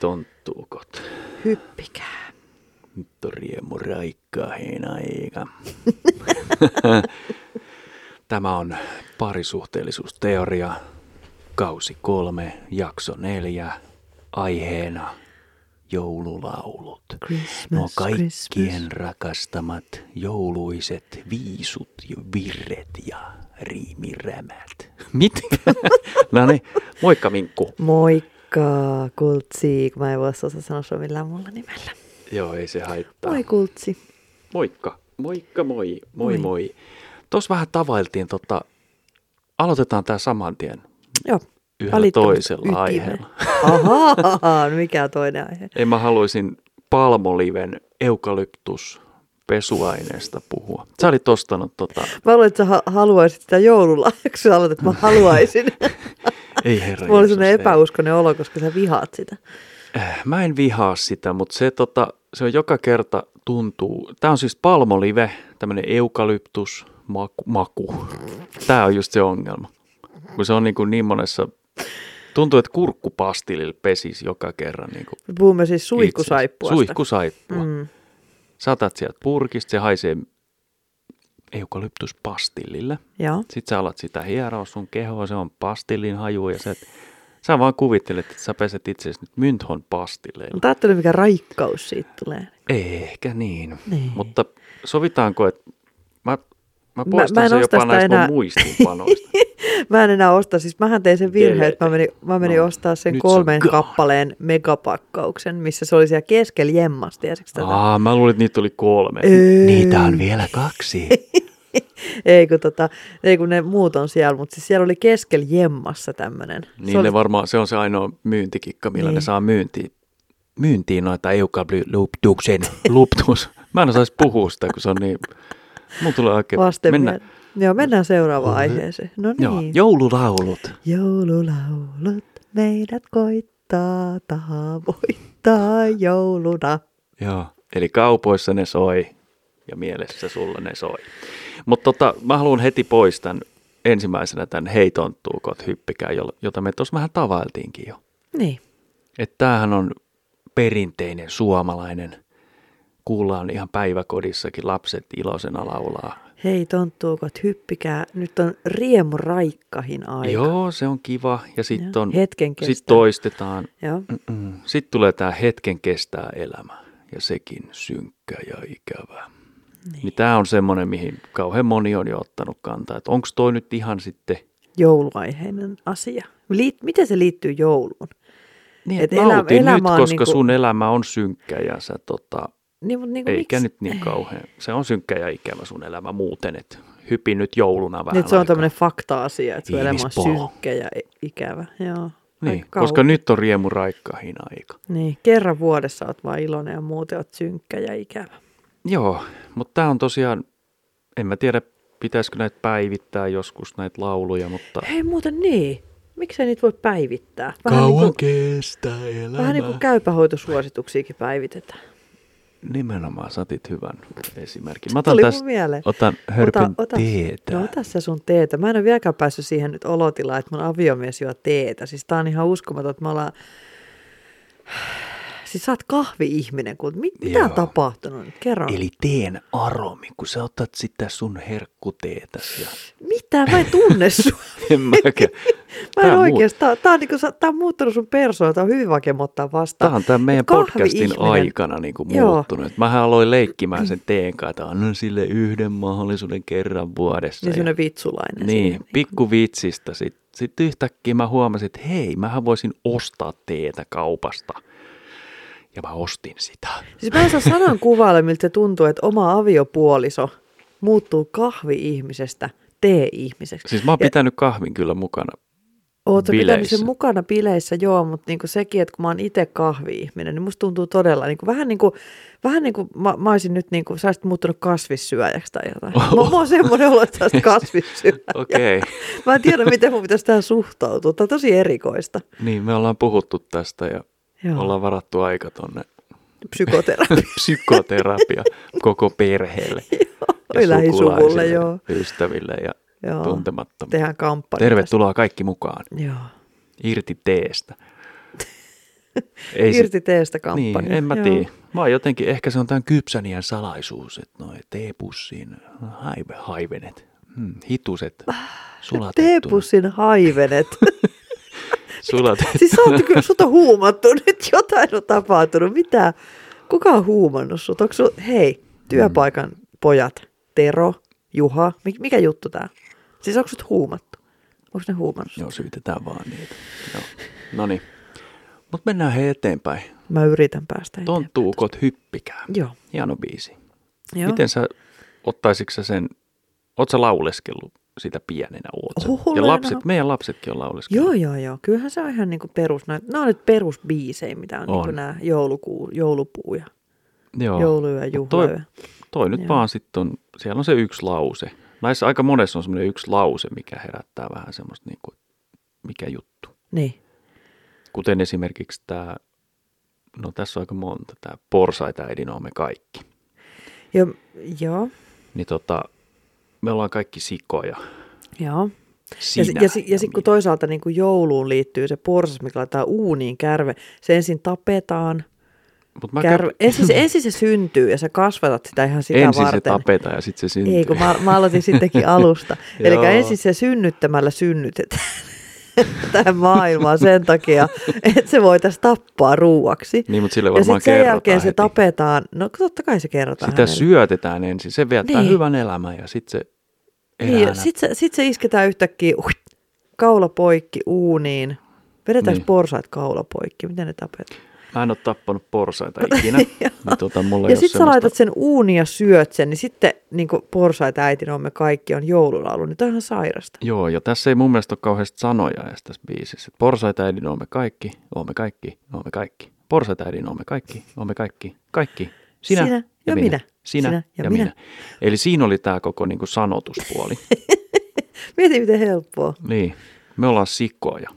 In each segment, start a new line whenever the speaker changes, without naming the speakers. tonttuukot.
Hyppikää.
Nyt on riemu raikkaa heinäikä. Tämä on parisuhteellisuusteoria, kausi kolme, jakso neljä, aiheena joululaulut.
Christmas,
Nuo kaikkien
Christmas.
rakastamat jouluiset viisut ja virret ja riimirämät. Mitä? no niin, moikka Minkku.
Moikka, Kultsi. Mä en voi osaa sanoa sua millään mulla nimellä.
Joo, ei se haittaa.
Moi Kultsi.
Moikka. Moikka, moi. Moi,
Moi.
moi. Tuossa vähän tavailtiin, tota, aloitetaan tämä saman tien
Joo.
yhdellä
valittamisen
toisella
ytimen.
aiheella.
Ahaa, no mikä toinen aihe?
Ei mä haluaisin palmoliven eukalyptus pesuaineesta puhua. Sä olit ostanut tota,
Mä luulen, että sä ha- haluaisit sitä joululahjaksi. Sä aloitat, että mä haluaisin.
ei herra
Mulla oli
Jeesus,
sellainen
ei.
epäuskoinen olo, koska sä vihaat sitä.
Äh, Mä en vihaa sitä, mutta se, tota, se on joka kerta tuntuu. Tämä on siis palmolive, tämmöinen eukalyptus, maku. maku. Tämä on just se ongelma. Kun se on niin, kuin niin monessa, tuntuu, että kurkkupastililla pesisi joka kerran. Niin kuin
Me puhumme siis
itseäsi.
suihkusaippuasta.
Suihkusaippua. Mm.
Mm.
Satat sieltä purkista, se haisee eukalyptuspastillille.
Joo.
Sitten sä alat sitä hieroa sun kehoa, se on pastillin haju ja sä, et, sä vaan kuvittelet, että sä peset itseäsi nyt mynthon pastilleilla.
Mutta ajattelin, mikä raikkaus siitä tulee.
Ehkä niin.
Niin.
Mutta sovitaanko, että mä, mä
Mä-
poistan
mä en
sen
osta
jopa
sitä
näistä enää...
enää.
muistinpanoista.
Mä en enää osta, siis mähän tein sen virheen, että mä menin, mä menin
No,
no, ostaa sen
nyt se on
kolmen
gone.
kappaleen megapakkauksen, missä se oli siellä keskellä jemmasta, tiedätkö tätä?
Aa, mä luulin, että niitä oli kolme.
Ei.
Niitä Niin, on vielä kaksi.
Ei, kun tota, ei kun ne muut on siellä, mutta siis siellä oli keskellä jemmassa tämmöinen.
niin ne varmaan, se on se ainoa myyntikikka, millä niin. ne
Niin.
saa myyntiin, myyntiin noita eukalyptuksen luptus. Mä en osaisi puhua sitä, kun se on niin... Mulla tulee oikein...
vasten
mennään.
mennään. Joo, mennään seuraavaan aiheeseen. No
Uhuh. Joo,
niin.
joululaulut.
Joululaulut meidät koittaa, taha voittaa jouluna.
Joo. Eli kaupoissa ne soi ja mielessä sulla ne soi. Mutta tota, mä haluan heti pois tämän ensimmäisenä tämän Hei tonttuukot hyppikää, jo- jota me tuossa vähän tavailtiinkin jo.
Niin,
Että tämähän on perinteinen suomalainen. Kuullaan ihan päiväkodissakin lapset iloisena laulaa.
hei tonttuukot, hyppikää. Nyt on riemu raikkahin aika.
Joo, se on kiva. Ja sitten
Joo,
on,
hetken
sit
kestää.
toistetaan.
Joo.
Sitten tulee tämä hetken kestää elämä ja sekin synkkä ja ikävä. Niin. niin tämä on semmoinen, mihin kauhean moni on jo ottanut kantaa, että onko toi nyt ihan sitten,
jouluaiheinen asia. Liit, miten se liittyy jouluun?
niin
Et
että
elä-
nauti
elämä
nyt,
on
koska
niinku-
sun elämä on synkkä ja sä tota,
Niin, mutta niin kuin
eikä
miksi?
nyt niin kauhean, se on synkkä ja ikävä sun elämä muuten, että hypi nyt jouluna vähän
Niin, että se on
aikaa.
tämmöinen fakta-asia, että sun elämä on
Ihmispalo.
synkkä ja i- ikävä. Joo.
niin,
Aika kauan.
koska nyt on riemu raikkahin aika.
Niin, kerran vuodessa oot vaan iloinen ja muuten oot synkkä ja ikävä.
Joo, mutta tämä on tosiaan, en mä tiedä pitäisikö näitä päivittää joskus näitä lauluja, mutta...
Hei muuten niin, miksei niitä voi päivittää? niin kuin,
kestää elämä.
vähän niin kuin käypähoitosuosituksiakin päivitetään.
Nimenomaan satit hyvän esimerkin. Mä
Se
otan
tuli
tästä,
mun mieleen.
otan hörpyn ota, ota. teetä.
No ota sä sun teetä. Mä en ole vieläkään päässyt siihen nyt olotilaan, että mun aviomies juo teetä. Siis tää on ihan uskomaton, että me ollaan... Siis sä oot kahvi-ihminen, kun mit, mitä on
Joo.
tapahtunut nyt? Kerro. Eli...
Eli teen aromi, kun sä otat sitä sun herkkuteetäs. Ja...
Mitä? Mä en tunne sua.
En mäkään.
Mä en
Tää on muu-
oikeastaan. Tää on, niinku, sä- tää on muuttunut sun persoona. Tää on hyvin vaikea mä ottaa vastaan.
Tämä on tämän meidän podcastin
Kahvi-ihminen.
aikana niin kuin
Joo.
muuttunut. Mähän aloin leikkimään sen teen kanssa, että annan sille yhden mahdollisuuden kerran vuodessa.
Niin
ja-
semmonen vitsulainen.
Niin,
siinä.
pikku vitsistä. Sitten sit yhtäkkiä mä huomasin, että hei, mähän voisin ostaa teetä kaupasta. Ja mä ostin sitä.
Siis mä en saa sanan kuvailla, miltä se tuntuu, että oma aviopuoliso muuttuu kahvi-ihmisestä tee-ihmiseksi.
Siis mä oon
Ja-
pitänyt kahvin kyllä mukana.
Oletko pitänyt
bileissä.
sen mukana bileissä, joo, mutta niinku sekin, että kun mä oon itse kahvi-ihminen, niin musta tuntuu todella, niinku, vähän niin kuin, vähän niin kuin mä, mä olisin nyt, niinku, sä olisit muuttunut kasvissyöjäksi tai jotain. Mä, mä oon semmoinen ollut, että sä olisit kasvissyöjä.
Okei, okay.
Mä en tiedä, miten mun pitäisi tähän suhtautua. Tämä on tosi erikoista.
niin me ollaan puhuttu tästä ja
Joo,
ollaan varattu aika tonne
psykoterapia.
psykoterapia koko perheelle.
Oi, lähisuvulle,
sukulaisille,
joo.
Ystäville ja
joo.
tuntemattomille.
Tehdään kampanja.
Tervetuloa kaikki mukaan.
tästä. Joo.
Irti teestä. Ei se-
Irti teestä kampanja.
Niin, en mä
Joo.
tiedä. Mä oon jotenkin, ehkä se on tämän kypsänien salaisuus, että noi teepussiin haive, haivenet, hmm, hituset,
Ah,
sulatettuna.
Teepussin haivenet.
sulatettuna.
siis sä oot kyllä, sut on huumattu nyt, jotain on tapahtunut. Mitä? Kuka on huumannut sut? Onko sun, hei, työpaikan pojat, Tero, Juha, mi- mikä juttu tää? Siis onko sut huumattu? Onko ne huumannut sut?
Joo, syytetään vaan niitä. Joo. No niin. Mutta mennään he eteenpäin.
Mä yritän päästä eteenpäin.
Tonttuukot hyppikää.
Joo.
Hieno biisi.
Joo.
Miten sä, ottaisitko sä sen, oot sä lauleskellut sitä pienenä oot sä?
Oho,
Ja
Leena.
lapset, meidän lapsetkin on lauleskellut.
Joo, joo, joo. Kyllähän se on ihan niinku perus. Nämä on nyt perusbiisejä, mitä on, on. Niinku
On.
nämä joulukuu, joulupuu ja
Joo.
jouluyö,
Mut toi-
juhlayö.
Toi nyt
Joo.
vaan sitten on, siellä on se yksi lause. Näissä aika monessa on semmoinen yksi lause, mikä herättää vähän semmoista, niin kuin, mikä juttu.
Niin.
Kuten esimerkiksi tämä, no tässä on aika monta, tämä porsaita äidin olemme kaikki.
Ja, joo,
Niin tota, me ollaan kaikki sikoja.
joo. Ja, si-
Sinä
ja, si- ja sitten kun
minä.
toisaalta niin kuin jouluun liittyy se porsas, mikä laitetaan uuniin kärve, se ensin tapetaan.
Mut mä
Kärve,
kä-
ensin, se, ensin se syntyy ja sä kasvatat sitä ihan sitä
ensin
varten.
se tapetaan ja sitten se syntyy.
Ei, kun mä, mä aloitin sittenkin alusta. Eli
Joo.
ensin se synnyttämällä synnytetään tähän maailmaan sen takia, että se voitaisiin tappaa ruuaksi.
Niin, mutta sille
ja
varmaan
sitten sen
kerrotaan
jälkeen se
heti.
tapetaan. No totta kai se kerrotaan
Sitä
hänelle.
syötetään ensin, se viettää
Niin.
niin. hyvän elämän ja sitten se
Niin,
elää
sitten se, sit se isketään yhtäkkiä uh, kaula poikki uuniin. Vedetään niin.
Niin.
porsaat kaula poikki, miten ne tapetaan.
Mä en ole tappanut porsaita ikinä.
Joo.
niin tota, mulla
ja
ei
sitten
ole
sä laitat
semmoista-
sen uuniin ja syöt sen, niin sitten niin porsaita äitin on me kaikki on joululaulu, niin toi on ihan sairasta.
Joo, ja tässä ei mun mielestä ole kauheasti sanoja edes tässä biisissä. Et Porsaita äidin olemme kaikki, olemme kaikki, olemme kaikki. Porsaita äidin olemme kaikki, olemme kaikki, kaikki. Sinä,
Sinä ja minä.
Sinä, ja, minä. Eli siinä oli tämä koko niinku sanotuspuoli.
Mieti miten helppoa.
niin, me ollaan sikkoja.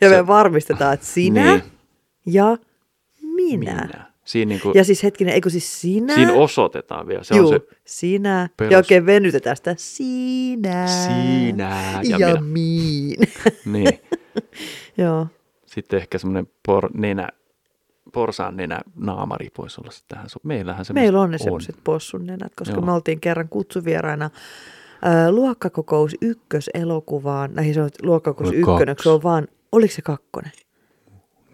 Ja
Se-
me varmistetaan, että sinä
Niin.
ja minä.
Siinä, Niin, niinku,
Ja siis hetkinen, eikö siis sinä?
siinä osoitetaan vielä. Se
Juu,
on se
sinä.
perus-
Ja oikein venytetään sitä sinä.
sinä ja,
ja
minä.
min.
Niin.
Joo.
Sitten ehkä semmoinen por, nenä, porsaan nenä naamari voisi olla se tähän. sun- Meillähän se
Meillä on ne semmoiset possun nenät, koska Joo.
Joo.
me oltiin kerran kutsuvieraina ö, luokkakokous ykkös elokuvaan. Näihin se on luokkakokous
Oli
ykkönen,
kaksi.
se on vaan, oliko se kakkonen?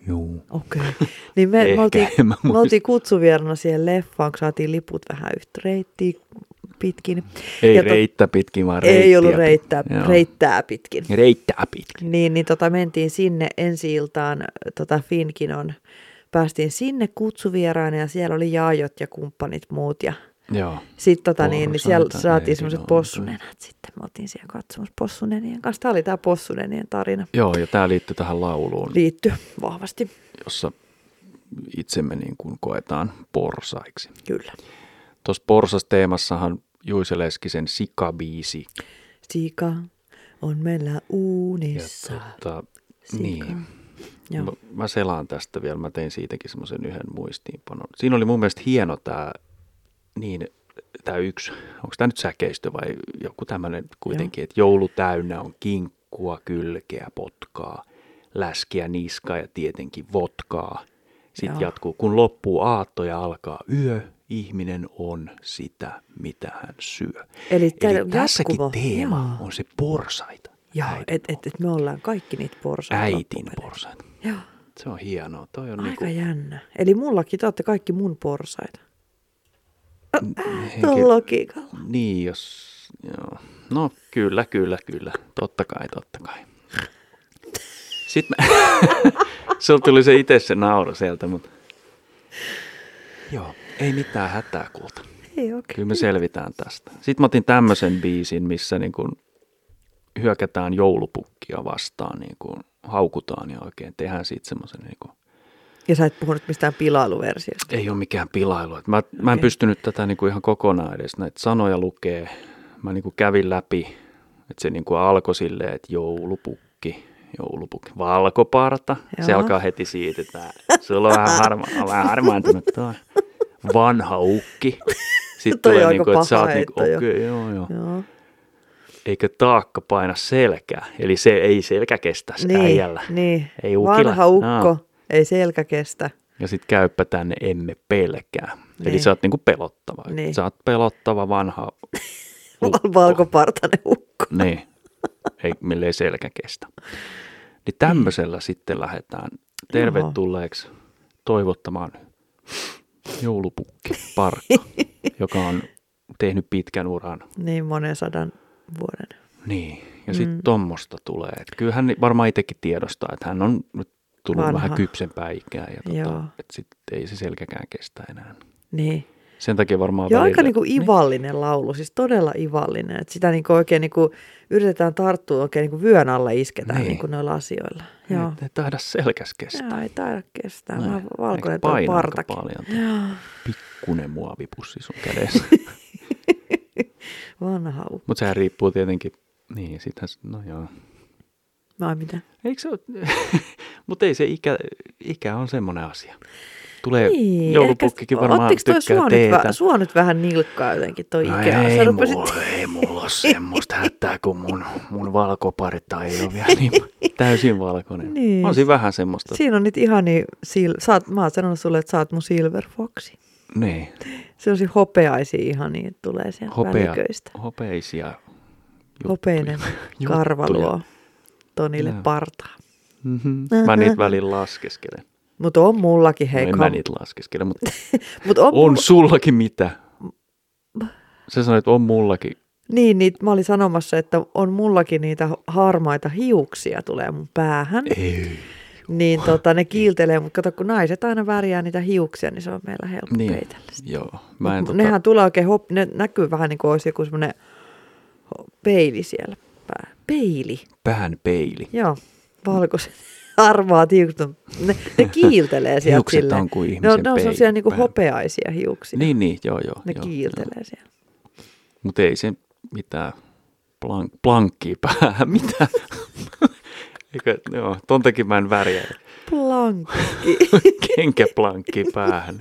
Juu.
Okei. Okay. Niin me, me,
Ehkä,
oltiin,
en mä
me
muista.
oltiin kutsuvieraina siihen leffaan, kun saatiin liput vähän yhtä reittiä pitkin.
Ei
Ja
ja
tot-
reittä pitkin, vaan reittiä.
Ei ollut
pit-
reittää,
Joo.
reittää pitkin.
Reittää pitkin.
Niin, niin tota, mentiin sinne ensi iltaan tota Finkinon. Päästiin sinne kutsuvieraana ja siellä oli jaajot ja kumppanit muut ja
Joo.
Sitten tota, niin, niin
Porsaita
siellä
ei
saatiin semmoiset
ole.
possunenät sitten. Me oltiin siellä katsomassa possunenien kanssa. Tämä oli tämä possunenien tarina.
Joo, ja tämä liittyy tähän lauluun,
Liitty vahvasti,
jossa itsemme niin kuin koetaan porsaiksi.
kyllä.
Tuossa porsasteemassahan Juise Leskisen sikabiisi.
Sika on meillä
Ja
uunissa.
tota,
Sika.
niin.
Joo.
Mä, mä selaan tästä vielä, mä tein siitäkin semmoisen yhden muistiinpanon. Siinä oli mun mielestä hieno tämä, niin, tämä yksi, onko tämä nyt säkeistö vai joku tämmöinen kuitenkin, että joulu täynnä on kinkkua, kylkeä, potkaa, läskiä, niskaa ja tietenkin votkaa. Sitten
Joo.
Joo. jatkuu, kun loppuu aatto ja alkaa yö, ihminen on sitä, mitä hän syö.
Eli tää
Eli
on
tässäkin
jatkuva.
teema
Joo.
on se porsaita.
Joo,
Äidin-
et, et, et me ollaan kaikki niitä porsaita.
äitin
loppupeleissä.
porsaita.
Joo,
Se on hienoa. Toi on
aika
niinku
jännä. Eli mullakin te olette kaikki mun porsaita.
henki-
Tuolla logiikalla.
Niin, jos... Joo. No, kyllä, kyllä, kyllä. Totta kai, totta kai. Sitten mä... Sulla tuli se itse se nauru sieltä, mutta... Joo, ei mitään hätää kulta.
Ei okei.
Kyllä me selvitään tästä. Sitten mä otin tämmöisen biisin, missä niin kun hyökätään joulupukkia vastaan, niin kun haukutaan ja oikein tehdään siitä semmoisen niin kun
Ja sä et puhunut mistään pilailuversiosta.
ei ole mikään pilailu. Et Mä, mä en
Okei.
pystynyt tätä niinku ihan kokonaan edes näitä sanoja lukee. Mä niinku kävin läpi, että se niinku alkoi silleen, että joulupukki, joulupukki, valkoparta. Joo. Se
Joo.
alkaa heti siitä, että sulla on vähän, harma, on vähän harmaantunut tuo. Vanha ukki. Sitten
Toi on
tulee
aika
niinku, että sä
paha
oot niinku,
heitto,
okei,
joo.
okay, joo, joo.
Joo.
Eikö taakka paina selkää? Eli se ei selkä kestä niin, äijällä.
Niin.
Ei ukilla.
Vanha ukko,
Aa.
ei selkä kestä.
Ja sitten käyppä tänne emme pelkää. Eli
Niin.
sä oot niinku pelottava.
Niin.
Sä oot pelottava vanha ukko.
Valkopartainen ukko.
Niin, ei, mille ei selkä kestä. Niin tämmöisellä sitten lähdetään tervetulleeksi toivottamaan joulupukki Parkka, joka on tehnyt pitkän uran.
Niin monen sadan vuoden.
Niin, ja sitten mm. tommosta tulee. Et kyllä hän varmaan itsekin tiedostaa, että hän on nyt tullut Vanha.
Vanha.
vähän kypsempää ikää ja
Joo.
tota, että sit ei se selkäkään kestä enää.
Niin.
Sen takia varmaan
Ja
välillä,
aika niinku ivallinen niin. laulu, siis todella ivallinen. Että sitä niinku oikein niinku yritetään tarttua, oikein niinku vyön alla isketään
Niin.
niin. niinku noilla asioilla.
niin,
Joo.
Ei No taida selkäs kestää.
Joo, ei taida kestää.
Näin.
Mä valkoinen
Eikä
tuo
painaakaan
partakin.
paljon toi
Joo,
pikkunen muovipussi sun kädessä.
vanha ukko.
Mutta sehän riippuu tietenkin, niin sittenhän, se- no joo.
Vai mitä?
Eikö se mutta ei se ikä, ikä on semmoinen asia. Tulee
Niin,
joulupukkikin
ehkä-
varmaan
Ottiko toi
tykkää
sua nyt,
teetä.
vähän, sua nyt vähän nilkkaa jotenkin toi
No
ikä?
ei,
Sä
rupesit...
rupesit,
mulla, ei mulla ole semmoista hätää, kun mun, mun valkoparta ei ole vielä niin täysin valkoinen.
Niin.
On siinä vähän semmoista. Si-
siinä on nyt ihania, sil, sä oot, mä oon sanonut sulle, että sä oot mun silver foxi.
niin,
Sellaisia hopeaisia ihania tulee sieltä
hopea,
väliköistä.
hopeisia.
Hopeinen
Juttuja.
karva luo Tonille
Joo.
partaa.
Mhm. Mä niitä välillä laskeskelen.
Mutta on mullakin,
Hei,
Mm-hmm. hei.
no, en
kam-
mä niitä laskeskele, mutta
Mut on,
On
on.
sullakin mitä? Sä sanoit, että on mullakin.
Niin, niin, mä olin sanomassa, että on mullakin niitä harmaita hiuksia tulee mun päähän.
Ei.
Niin tota, ne kiiltelee, mutta kato kun naiset aina värjää niitä hiuksia, niin se on meillä helppo niin.
Niin,
peitellä.
joo. Mä en
Mut
tota,
Nehän tulee oikein, hop, ne näkyy vähän niin kuin olisi joku semmoinen peili siellä päällä. Peili,
pään peili.
joo, valkoiset harmaat hiukset, on- ne, ne kiiltelee sieltä
Hiukset
silleen.
on kuin
ne
ihmisen
on, ne on semmoisia
peili,
niin kuin
pään-
hopeaisia hiuksia,
Niin,
niin,
niin, joo, joo.
ne
joo,
kiiltelee siellä.
Joo. Mutta ei se mitään plank, plankkia päähän, mitä? Eikö, joo, ton takia mä en värjää.
Plankki,
Kenkäplankki päähän.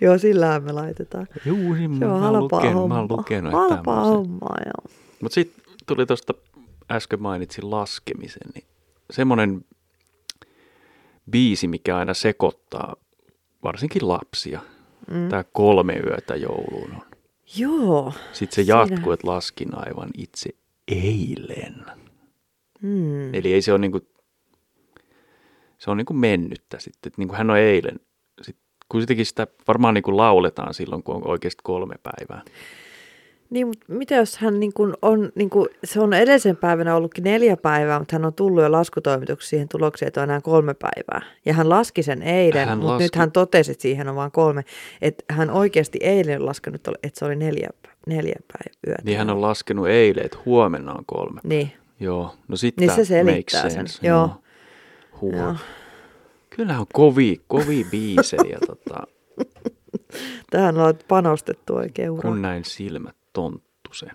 joo sillähän me laitetaan.
Juu, niin
Se
mä, oon
on halpaa
lukenut, mä
hommaa.
oon lukenut, että
halpaa hommaa, joo.
Mutta sitten tuli tuosta, äsken mainitsin laskemisen, niin semmoinen biisi, mikä aina sekoittaa varsinkin lapsia. Mm. Tämä kolme yötä jouluun on.
Joo,
Sitten se
Siinä.
jatkuu, että laskin aivan itse eilen.
mm,
Eli ei se ole niinku, se on niinku mennyttä sitten. Niinku hän on eilen. Sit, kun sitäkin sitä varmaan niinku lauletaan silloin, kun on oikeasti kolme päivää.
Niin, mutta mitä jos hän niin kuin on, niin kuin, se on edellisen päivänä ollutkin neljä päivää, mutta hän on tullut jo laskutoimituksessa siihen tulokseen, että on enää kolme päivää. Ja hän laski sen eilen,
Hän
hän mutta
laski-
laski... nyt hän totesi, että siihen on vain kolme. Että hän oikeasti eilen on laskenut, että se oli neljä, pä- neljä päivää yötä.
Niin hän on laskenut eilen, että huomenna on kolme
Niin,
Joo, no sitten
Niin se selittää sen, joo.
Huu. Kyllähän on kovia, kovia biisejä, tota,
tähän on panostettu oikein uraan.
kun näin silmät tonttusen.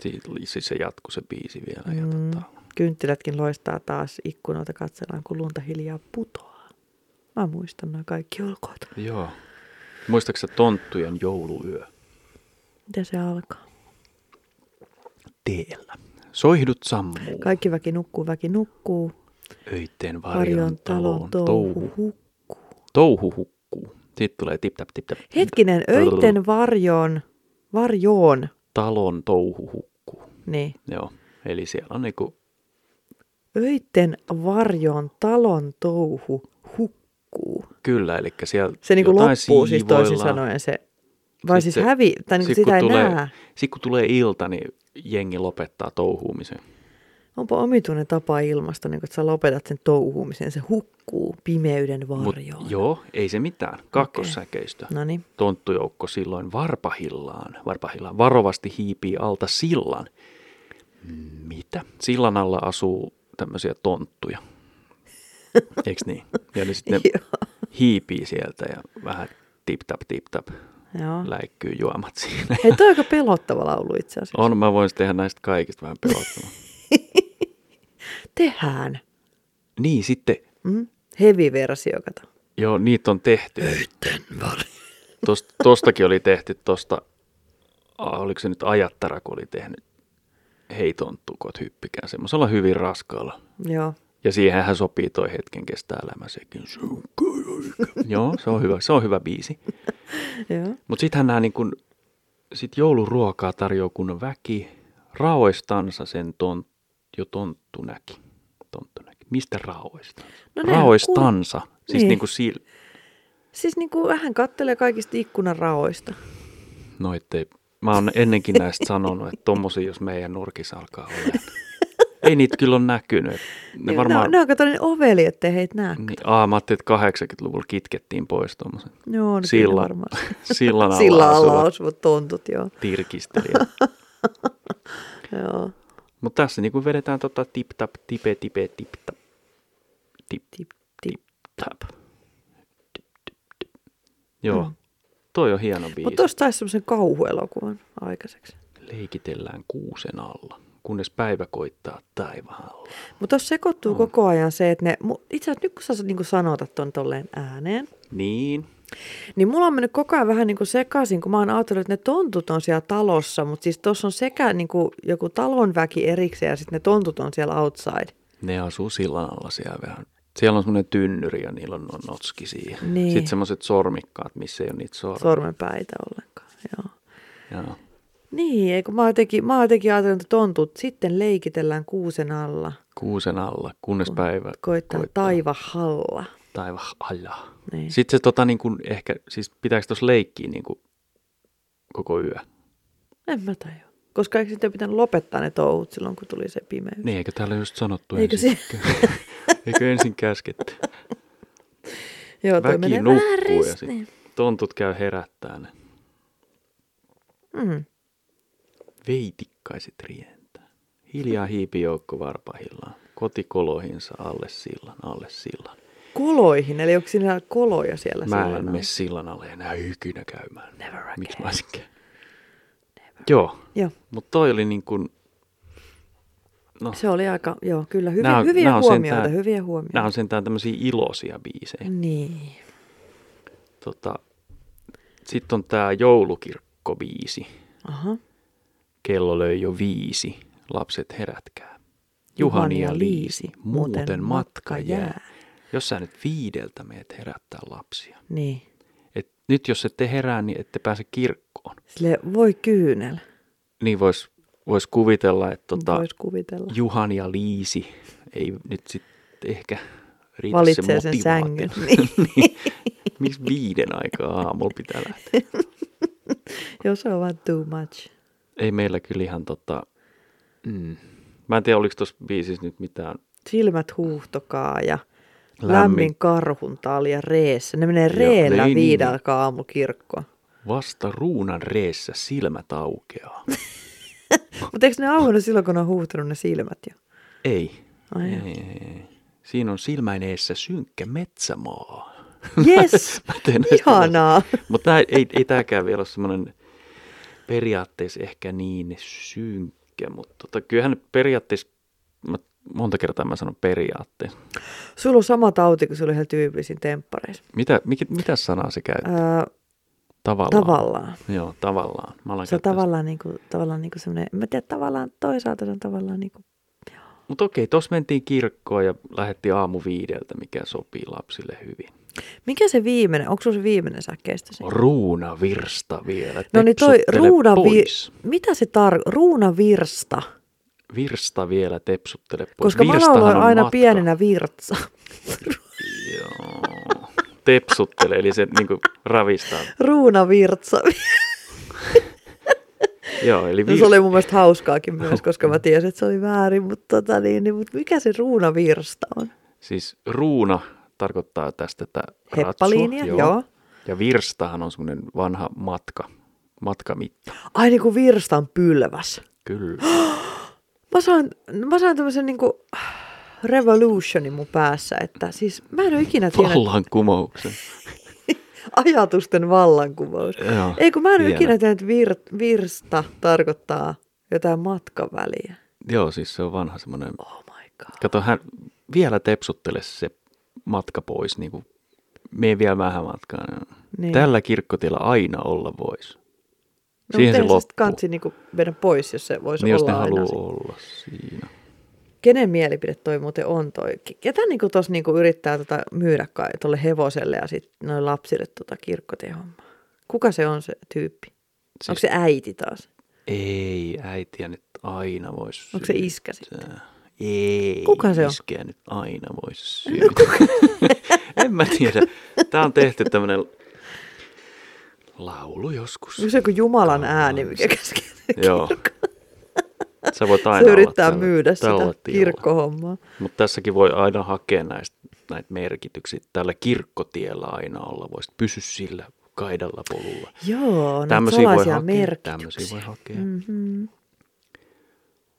Siitä oli, siis se jatku se biisi vielä. Ja
Mm.
tota,
Kynttilätkin loistaa taas ikkunoita, katsellaan kun lunta hiljaa putoaa. Mä muistan nämä kaikki ulkoot.
joo. Muistaaksä Tonttujen jouluyö?
Miten se alkaa?
Teellä. Soihdut sammuu,
Kaikki väki nukkuu, väki nukkuu.
öitteen varjon
Varjon
taloon,
talon touhu
touhu,
hukkuu.
touhu hukkuu. Sitten tulee tip tap tip tap.
Hetkinen, öitten varjon, varjoon,
Talon touhu hukkuu.
niin,
Joo, eli siellä on niinku
öitten varjon talon touhu hukkuu.
Kyllä, eli siellä
Se niinku
jotain
loppuu siis toisin
siivoillaan.
sanoen se, vai
Sit
siis
se-
hävi, tai niinku
Sitten
sitä
kun,
ei
tulee,
näe.
sit kun tulee ilta, niin jengi lopettaa touhuumisen.
Onpa omituinen tapa ilmasta, niin että sä lopetat sen touhuumisen, se hukkuu pimeyden
Mut,
varjoon.
joo, ei se mitään. Kakkossäkeistö. Okay.
No niin,
Tonttujoukko silloin varpahillaan, varpahillaan varovasti hiipii alta sillan. Mitä? Sillan alla asuu tämmöisiä tonttuja. Eiks niin? Ja niin sitten ne hiipii sieltä ja vähän tip-tap, tip-tap
joo.
läikkyy juomat siinä.
Hei, toi on aika pelottava laulu itse asiassa.
On, mä voin tehdä näistä kaikista vähän pelottavaa.
Tehään.
Niin, sitten,
Mm? Heavy-versio, kato.
joo, niitä on tehty.
Öitten varjon.
Tost, tostakin oli tehty tosta, ah, oliko se nyt Ajattara, kun oli tehnyt Hei tonttukot hyppikään, semmoisella hyvin raskaalla
Joo.
Ja siihenhän sopii toi hetken kestää elämä sekin. Se on kaikki. Joo, se on hyvä, se on hyvä biisi.
Joo.
Mutta sittenhän nämä niin kun, sit jouluruokaa tarjoaa kun väki. Raoistansa sen ton, jo tonttu näki. Tonttu näki. Mistä raoistan?
No
No
nehän
raoistansa. Siis
Niin.
niin. niin kuin sil...
Siis niin kuin vähän kattelee kaikista ikkunan raoista.
No ettei. Mä oon ennenkin näistä sanonut, että tommosia jos meidän nurkissa alkaa olla. Ei niitä kyllä ole näkynyt. Ne
Niin,
varmaan...
Ne, on, ne on kato niin oveli, ettei heitä näe.
Niin, aa, mä ajattelin, että 80-luvulla kitkettiin pois tuommoisen
Joo, no kyllä
sillan,
varmaan.
sillan alla
Sillä alla
asuvat
osuvat tontut, joo.
tirkistelijät.
joo.
Mutta tässä niinku vedetään tota tip-tap, tipe, tipe, tip-tap,
Tip, tip.
tip-tap. Tip, tip, tip. Joo,
Mm.
toi on hieno biisi.
Mutta tuossa taisi semmoisen kauhuelokuvan aikaiseksi.
Leikitellään kuusen alla, kunnes päivä koittaa taivaalla.
Mutta tuossa
Mm.
sekoittuu koko ajan se, että ne, mu- itse asiassa nyt kun sä niin sanotat ton tolleen ääneen,
Niin,
Niin mulla on mennyt koko ajan vähän niin kuin sekaisin, kun mä oon ajatellut, että ne tontut on siellä talossa, mutta siis tuossa on sekä niin kuin joku talon väki erikseen ja sitten ne tontut on siellä outside.
ne asuu sillan alla siellä vähän. Siellä on semmoinen tynnyri ja niillä on no- notski siihen.
Niin.
Sitten semmoiset sormikkaat, missä ei ole niitä sormia.
Sormenpäitä ollenkaan, joo.
Joo.
Niin, eikö mä oon jotenkin, mä oon jotenkin ajatellut, että tontut sitten leikitellään kuusen alla,
Kuusen alla, kunnes päivä
koittaa, koittaa. taivahalla.
taivas alla.
Niin.
Sitten se tota, niin kuin ehkä, siis pitääkö tuossa leikkiä niin kuin koko yö?
En mä tajua. Koska eikö sitten pitänyt lopettaa ne touhut silloin, kun tuli se pimeys?
Niin, eikö täällä just sanottu
Eikö
ensin? eikö ensin käsketty?
Joo, toi
Väki
menee vähän
nukkuu ja
ristiin.
sitten tontut käy herättää ne.
Mm.
Veitikkaiset rientää. Hiljaa hiipi joukko varpahillaan. Kotikoloihinsa alle sillan, alle sillan.
Koloihin, eli onko siinä koloja siellä?
Mä en
sillan
mene
alla?
sillan alle enää ikinä käymään.
Never again.
Miksi mä olisin käy- Joo,
Joo.
mutta toi oli niin kuin, no,
Se oli aika, joo, kyllä. Hyviä,
Nää on-
hyviä,
nää on sen
huomioita,
tää-
hyviä huomioita,
nämä on sentään tämmöisiä iloisia biisejä.
Niin.
Tota, Sitten on tämä joulukirkkobiisi.
Aha.
Kello löi jo viisi, lapset herätkää. Juhani ja Liisi, muuten matka jää. Jos sä nyt viideltä meet herättää lapsia.
Niin.
Et nyt jos ette herää, niin ette pääse kirkkoon.
Sille voi kyynel,
Niin vois, vois kuvitella, että tota,
voisi kuvitella.
Juhan ja Liisi ei nyt sitten ehkä riitä se
Valitsee sen
motivaatio.
sängyn. Niin.
niin. Miksi viiden aikaa aamulla pitää lähteä?
Joo, se on vaan too much.
Ei meillä kyllä ihan tota... Mm. Mä en tiedä, oliko tuossa biisissä nyt mitään
Silmät huuhtokaa ja lämmin,
Lämmin.
lämmin karhun ja reessä. Ne menee reellä
niin, niin,
viideltä aamukirkkoon.
Vasta ruunan reessä silmät aukeaa.
Mutta eikö ne auhannut silloin, kun ne on huuhtanut ne silmät jo?
Ei.
Ai
ei,
joo.
ei, ei. Siinä on silmäin eessä synkkä metsämaa.
Yes!
Mä teen näistä
Ihanaa!
Mutta ei, ei, ei tämäkään vielä ole semmoinen periaatteessa ehkä niin synkkä, mutta tota, kyllähän periaatteessa, mä, monta kertaa mä sanon periaatteessa.
Sulla on sama tauti kuin sulla ihan tyypillisin temppareissa.
Mitä, mikä, mitä sanaa se käyttää?
Öö,
Tavallaan.
tavallaan.
Joo, tavallaan. Mä alan
Se on
käyttää sitä.
tavallaan, niin kuin, tavallaan niin kuin semmoinen, mä tiedän, tavallaan toisaalta se on tavallaan niin kuin,
Mutta okei, tuossa mentiin kirkkoon ja lähdettiin aamu viideltä, mikä sopii lapsille hyvin.
mikä se viimeinen, onko sulla se viimeinen sähkeistä? Se?
Ruuna virsta vielä.
No niin toi
tepsuttele
ruuna, vi,
pois.
mitä se tar, ruuna virsta?
Virsta vielä tepsuttele pois.
Koska mä
Virstahan
lauloin
on
aina
matka.
pienenä virtsa.
Joo. Tepsuttele, eli se niinku ravistaa.
Ruuna virtsa.
Joo, eli
No, se oli mun mielestä hauskaakin myös, koska mä tiesin, että se oli väärin, mutta, tota, niin, niin, mutta mikä se ruuna virsta on?
Siis ruuna tarkoittaa tästä tätä ratsua.
Heppaliinia, joo.
Ja virstahan on semmoinen vanha matka, matkamitta.
Ai niin kuin virstan pylväs.
Kyllä.
Ah, Mä sain, mä sain tämmöisen niin kuin revolutionin mun päässä, että siis mä en ole ikinä tiennyt,
Vallankumouksen.
Ajatusten vallankumous.
Joo,
Ei kun mä en
hieno.
ikinä tiedä, että vir- virsta tarkoittaa jotain matkaväliä.
Joo, siis se on vanha semmoinen.
Oh my god.
Kato, hän vielä tepsuttele se matka pois, niin kuin mene vielä vähän matkaa.
Niin.
Niin. Tällä kirkkotiellä aina olla voisi.
No,
Siihen
mutta
se
eihän
loppuu.
Kansi niinku mennä pois, jos se voisi
Niin jos
olla
ne
aina.
haluaa
se-
olla siinä.
Kenen mielipide toi muuten on toi? Ketä niinku tuossa niinku yrittää tota myydä kai tuolle hevoselle ja sitten noin lapsille tota kirkkotehommaa? Kuka se on se tyyppi? Siis... Onko se äiti taas?
Ei, äitiä nyt aina voisi
Onko se iskä sitten?
Ei,
Kuka se on?
iskeä nyt aina voisi syyttää. en mä tiedä. Tämä on tehty tämmöinen laulu joskus.
Onko se joku Jumalan
Kauan
ääni, mikä
se-
käskee
Joo. Sä voit aina
Se
olla
yrittää
tällä-
myydä
tällä
sitä kirkkohommaa.
Mutta tässäkin voi aina hakea näistä, näitä merkityksiä. Tällä kirkkotiellä aina olla. Voisit pysy sillä kaidalla polulla.
Joo, näitä
Tämmöisiä voi
salaisia
hakea. Tämmöisiä
merkityksiä.
voi hakea. Mm.
Mm-hmm.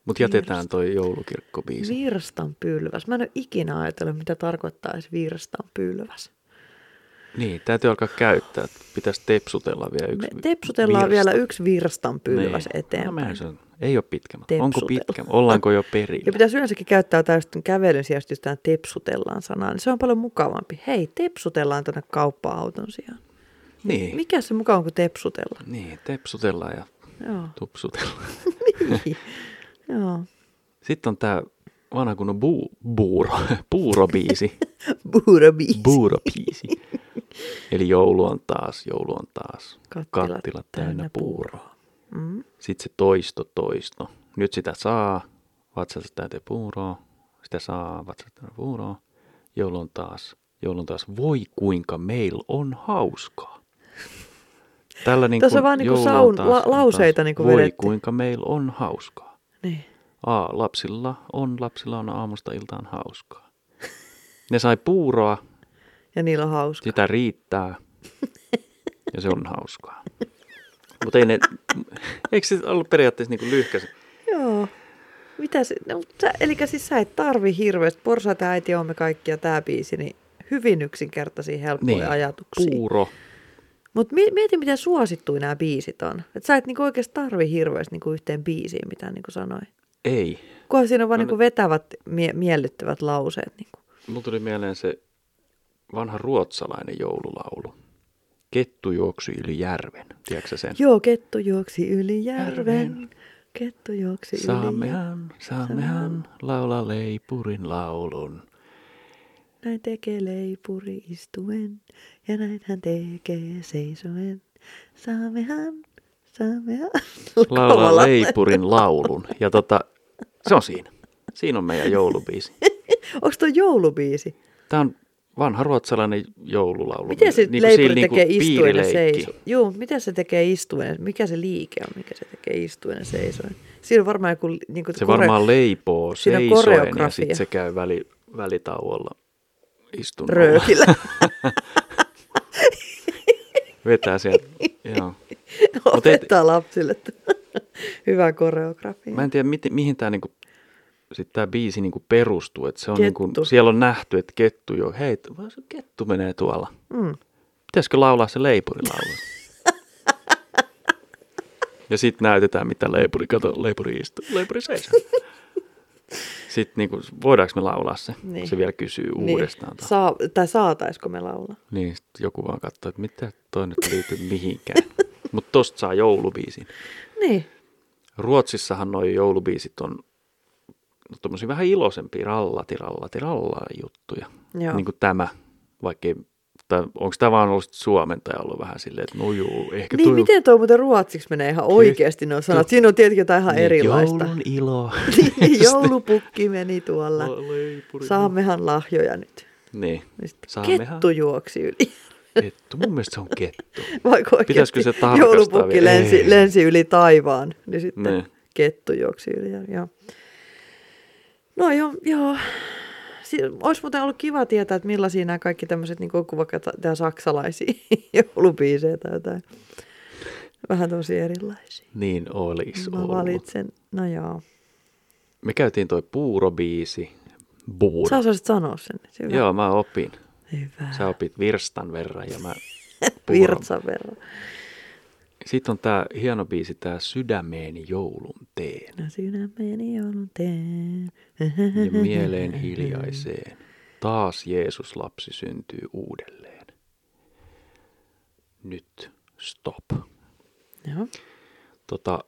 Mutta jätetään toi joulukirkkobiisi.
Virstan pylväs. Mä en ole ikinä ajatellut, mitä tarkoittaa edes virstan pylväs.
Niin, täytyy alkaa käyttää. Pitäisi tepsutella vielä yksi
Me tepsutellaan
virsta.
vielä yksi virstan pylväs
Niin.
eteenpäin.
No mehän se on. Ei ole pitkä. matka.
Tepsutella.
Onko pitkä? Ollaanko jo perillä?
Ja pitäisi yleensäkin käyttää tästä kävelyn sijasta just tää tepsutellaan sanaa, niin se on paljon mukavampi. Hei, tepsutellaan tuonne kauppa-auton sijaan.
Niin.
Mikä se mukaan on kuin tepsutella?
niin, tepsutellaan ja
Joo.
tupsutellaan.
Niin. Joo.
Sitten on tämä vanha kunnon bu, buuro, puurobiisi.
Buurabiisi.
Puurobiisi. Eli joulu on taas, joulu on taas.
Kattilat
Kattila
täynnä
täynnä puuroa.
Mm.
Sitten se toisto, toisto. Nyt sitä saa, vatsasta täyteen puuroa. Sitä saa, vatsasta täyteen puuroa. Joulu on taas, joulu on taas. Voi kuinka meillä on hauskaa. Tällä niin
Tässä
kuin
on vaan niin kuin
joulu on
saun-
taas,
la-
on taas.
lauseita niin kuin
Voi
vedettiin.
kuinka meillä on hauskaa.
Niin.
A, lapsilla on, lapsilla on aamusta iltaan hauskaa. Ne sai puuroa,
Ja niillä on hauska.
sitä riittää ja se on hauskaa. Mutta ei ne, eikö se ollut periaatteessa niin lyhkäs?
Joo. Mitä se, no, sä, eli siis sä et tarvi hirveästi, porsaat ja äiti on me kaikki ja tää biisi, niin hyvin yksinkertaisia helppoja
Niin,
ajatuksia.
puuro.
Mutta mieti, miten suosittuja nämä biisit on. Et sä et niinku oikeasti tarvi hirveästi niinku yhteen biisiin, mitä niinku sanoin.
Ei.
Kunhan siinä on vaan
No
niinku vetävät, mie- miellyttävät lauseet. Niinku.
Mulla tuli mieleen se vanha ruotsalainen joululaulu. Kettu juoksi yli järven. Tiedätkö sä sen?
Joo, kettu juoksi yli järven.
Järven.
Kettu juoksi yli järven.
Saammehan, saammehan laula leipurin laulun.
Näin tekee leipuri istuen, ja näin hän tekee seisoen. Saamehan, saamehan.
Laula leipurin laulun. Ja tota, se on siinä. Siinä on meidän joulubiisi.
Onko tuo joulubiisi?
Tämä on vanha ruotsalainen joululaulu.
Miten se
Niinku
niin leipuri
siinä
tekee
niinku
niin istuen ja
piirileikki.
seisoen? Joo, mutta miten se tekee istuen? Mikä se liike on, mikä se tekee istuen ja seisoen? Siinä on varmaan joku... Niin kuin
Se varmaan leipoo
Siinä on
seisoen ja
koreografia.
sitten se käy väli, välitauolla istunnolla.
Röökillä.
Vetää sieltä. Joo. Mut et-
Opettaa lapsille. Hyvä koreografia.
Mä en tiedä, miten, mihin tämä niinku, sit tää biisi niinku perustuu. Et se on niinku,
Kettu.
siellä on nähty, että kettu jo, hei, t- vaan se kettu menee tuolla.
Mm.
Pitäisikö laulaa se leipurilaulu? ja sitten näytetään, mitä leipuri, kato, leipuri istuu, leipuri seisoo. Sitten niinku, voidaanko me laulaa se?
Niin.
Niin. Se vielä kysyy uudestaan. taas.
Niin. Saa, tai saataisiko me laulaa?
Niin, sit joku vaan katsoo, että mitä toi nyt liity mihinkään. Mutta tosta saa joulubiisin.
Niin.
Ruotsissahan noi joulubiisit on no, tommosia vähän iloisempia rallati, rallati, rallaa juttuja.
Joo.
Niin kuin tämä, vaikka onko tämä vaan ollut sit suomentaja ollut vähän silleen, että no joo, ehkä
Niin,
toi on-
miten tuo muuten ruotsiksi menee ihan oikeasti nuo sanat? Siinä on tietenkin jotain ihan
niin,
erilaista.
Joulun ilo.
Niin, Joulupukki meni tuolla.
La- leipuri.
Saammehan lahjoja nyt.
Niin,
Ja sitten
Saammehan.
Kettu juoksi yli.
kettu. Mun mielestä se on kettu.
Vaikka oikeasti
Pitäisikö se tarkastaa
Joulupukki
vielä?
lensi,
Ei.
lensi yli taivaan, niin sitten
Niin.
kettu juoksi yli. Ja, joo. No joo, joo. Si- olisi muuten ollut kiva tietää, että millaisia nämä kaikki tämmöiset, niin kuin vaikka ta- tää saksalaisia joulubiisejä tai jotain. Vähän tosi erilaisia.
Niin olis
Mä
ollut.
valitsen, no joo.
Me käytiin toi puurobiisi. Buuro.
Sä osasit sanoa sen. nyt, Hyvä.
Joo, mä opin.
Hyvä.
Sä opit virstan verran ja mä puuron.
Virtsan verran.
Sitten on tää hieno biisi, tää Sydämeeni joulun teen
No sydämeni on teen.
ja mieleen hiljaiseen. Taas Jeesus lapsi syntyy uudelleen. Nyt stop.
Joo.
Tota,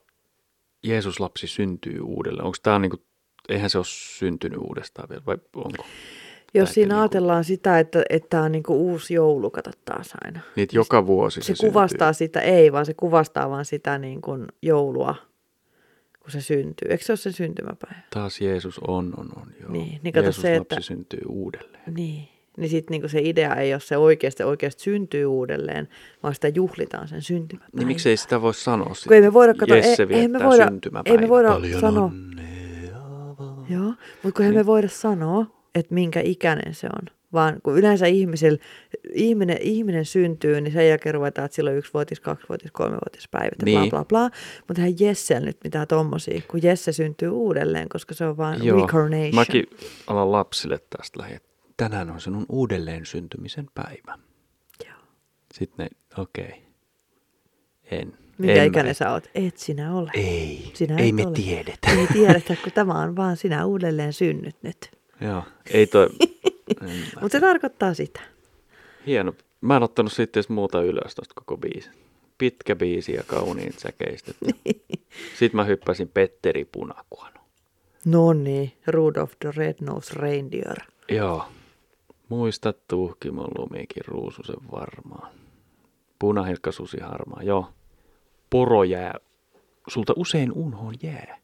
Jeesus lapsi syntyy uudelleen. Onko tää niinku eihän se ole syntynyt uudestaan vielä, vai onko?
Jos
Tai
siinä
että
ajatellaan sitä, että tämä on niinku uusi joulu, kato taas aina.
Niitä joka vuosi
Siis Se,
se,
kuvastaa sitä, ei vaan se kuvastaa vaan sitä niin kuin joulua, kun se syntyy. Eikö se ole sen syntymäpäivä?
Syntyy. Taas Jeesus on, on, on, joo.
Niin, niin kato
Jeesus
se,
lapsi
että-
syntyy uudelleen.
Niin. Niin sitten niinku se idea ei ole se oikeasti, oikeasti syntyy uudelleen, vaan sitä juhlitaan sen syntymäpäivänä.
Niin miksei sitä voi sanoa
Kun
sitten?
ei me voida katsoa, ei,
Jesse
ei me
viettää
voida, ei
syntymäpäivää.
me voida
Paljon
sanoa,
onnea vaan.
Joo, mutta kun niin. me voida sanoa, että minkä ikäinen se on. Vaan kun yleensä ihmisellä, ihminen, ihminen syntyy, niin sen jälkeen ruvetaan, että silloin yksivuotis, kaksivuotis, kolmevuotis päivät ja niin.
Niin.
bla bla bla. Mutta eihän Jessellä nyt mitään tommosia, kun Jesse syntyy uudelleen, koska se on vaan Joo. reincarnation.
Mäkin alan lapsille tästä lähi, että tänään on sinun uudelleen syntymisen päivä.
Joo.
Sitten ne, okei. Okay. En.
Minkä
en
ikäinen
mä-
sä oot? Et sinä ole.
Ei.
Sinä
ei
et
me
ole.
tiedetä.
Ei tiedetä, kun tämä on vaan sinä uudelleen synnyt nyt.
Joo, ei toi. en mä.
Mutta se tarkoittaa sitä.
Hieno. Mä en ottanut sitten edes muuta ylös tosta koko biisi. Pitkä biisi ja kauniin säkeistöt. sitten mä hyppäsin Petteri Punakuono.
No niin, Rudolph the Red-Nosed Reindeer.
Joo. Muista tuhkimon lumikin ruususen varmaan. Punahilkka susi harmaa, joo. Poro jää. Sulta usein unhoon jää.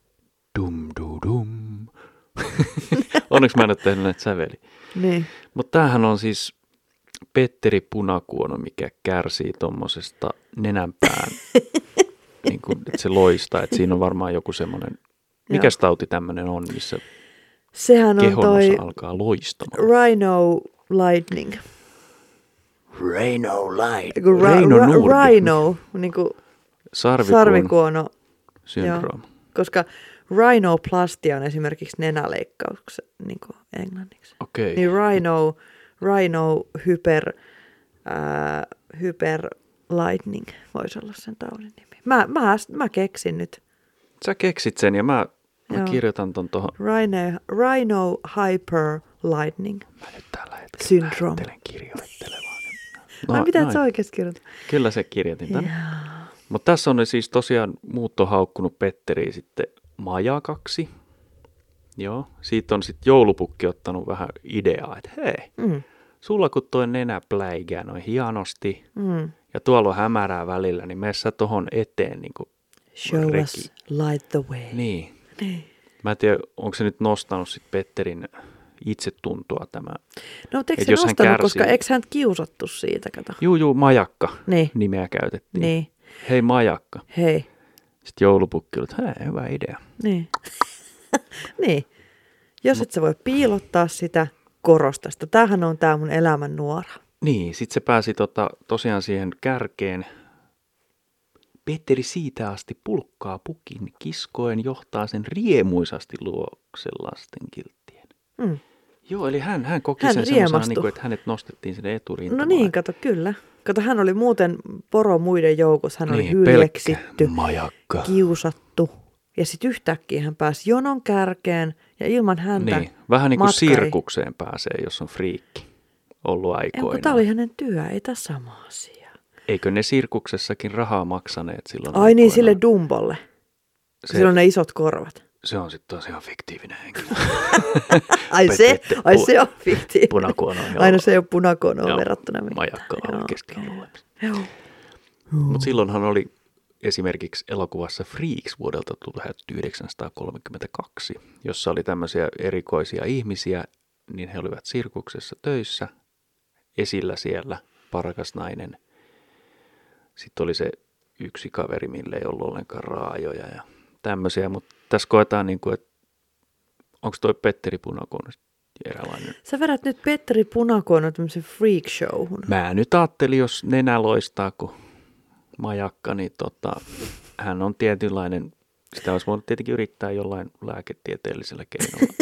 Dum du dum. Onneksi mä en ole tehnyt näitä säveli.
Niin.
Mutta tämähän on siis Petteri Punakuono, mikä kärsii tuommoisesta nenänpään. niin kuin, että se loistaa, että siinä on varmaan joku semmoinen, mikäs tauti tämmöinen on, missä
Sehän on
kehon
No toi...
osa alkaa loistamaan.
Rhino Lightning.
Reino Light.
Eiku, ra-
Reino
ra-
Nurmi.
rhino, niin kuin
Sarvikuono.
sarvikuono.
Syndrooma.
Joo. Koska rhinoplastia on esimerkiksi nenäleikkaus niin kuin englanniksi.
Okei.
Niin rhino, rhino hyper, ää, hyper lightning voisi olla sen taudin nimi. Mä, mä, mä keksin nyt.
Sä keksit sen ja mä, mä
Joo.
kirjoitan ton tohon.
Rhino, rhino hyper lightning.
Mä nyt tällä hetkellä
Syndrome.
lähtelen kirjoittelemaan.
No, Ai, mitä Niin. et sä oikeasti kirjoitat?
Kyllä se kirjoitin tän. Mutta tässä on ne siis tosiaan muut on haukkunut Petteriä sitten majakaksi. Joo, siitä on sitten joulupukki ottanut vähän ideaa, että hei,
Mm,
sulla kun toi nenä pläikää noin hienosti
mm.
ja tuolla on hämärää välillä, niin mene sä tohon eteen niin kuin
Show
Reki.
us light the way.
Niin.
Niin.
Mä en tiedä, onko se nyt nostanut sit Petterin itsetuntoa tämä.
No, mutta eikö
Et
se
jos hän
nostanut,
kärsii-
koska eikö hän kiusattu siitä, kato?
Juu, juu, majakka
Niin,
nimeä käytettiin.
niin,
Hei, majakka.
hei,
Sitten joulupukki oli, että hei, hyvä idea.
niin. niin. Jos et sä voi piilottaa sitä, korosta sitä. Tämähän on tää mun elämän nuora.
Niin, sitten se pääsi tota, tosiaan siihen kärkeen. Petteri siitä asti pulkkaa pukin kiskoen johtaa sen riemuisasti luokse lasten kilttien.
Mm.
Niin, Joo, eli hän, hän koki
Hän
sen semmoisena,
riemastui.
niin kuin, että hänet nostettiin sinne
No
eturintamaan.
niin, kato, kyllä. Kato, hän oli muuten poro muiden joukossa, hän oli
Niin,
hyljeksitty,
pelkkä majakka.
kiusattu. Ja sitten yhtäkkiä hän pääsi jonon kärkeen ja ilman häntä.
Niin, vähän niin kuin
matka ei-
sirkukseen pääsee, jos on friikki ollut
Ei,
aikoinaan.
kun tämä oli hänen työ, ei tämä sama asia.
Eikö ne sirkuksessakin rahaa maksaneet silloin
Ai niin,
aikoinaan?
sille dumbolle.
se,
Sillä on ne isot korvat.
se on sitten tosiaan fiktiivinen henkilö.
Ai
Pet-
se,
pet-
ai
pu-
se on fiktiivinen.
Punakuono.
Aina se ei ole punakonoa
Joo,
verrattuna. mitään.
Majakka
Joo,
on Mm. keskialueella.
Joo.
Mutta silloinhan oli esimerkiksi elokuvassa Freaks vuodelta 1932, jossa oli tämmöisiä erikoisia ihmisiä, niin he olivat sirkuksessa töissä, esillä siellä, parakas nainen. Sitten oli se yksi kaveri, millä ei ollut ollenkaan raajoja ja tämmöisiä, mutta tässä koetaan, niin kuin, että onko toi Petteri Punakoon eräänlainen.
Sä vedät nyt Petteri Punakoon tämmöisen freak showhun.
Mä nyt ajattelin, jos nenä loistaa kuin majakka, niin tota, hän on tietynlainen, sitä olisi voinut tietenkin yrittää jollain lääketieteellisellä keinolla.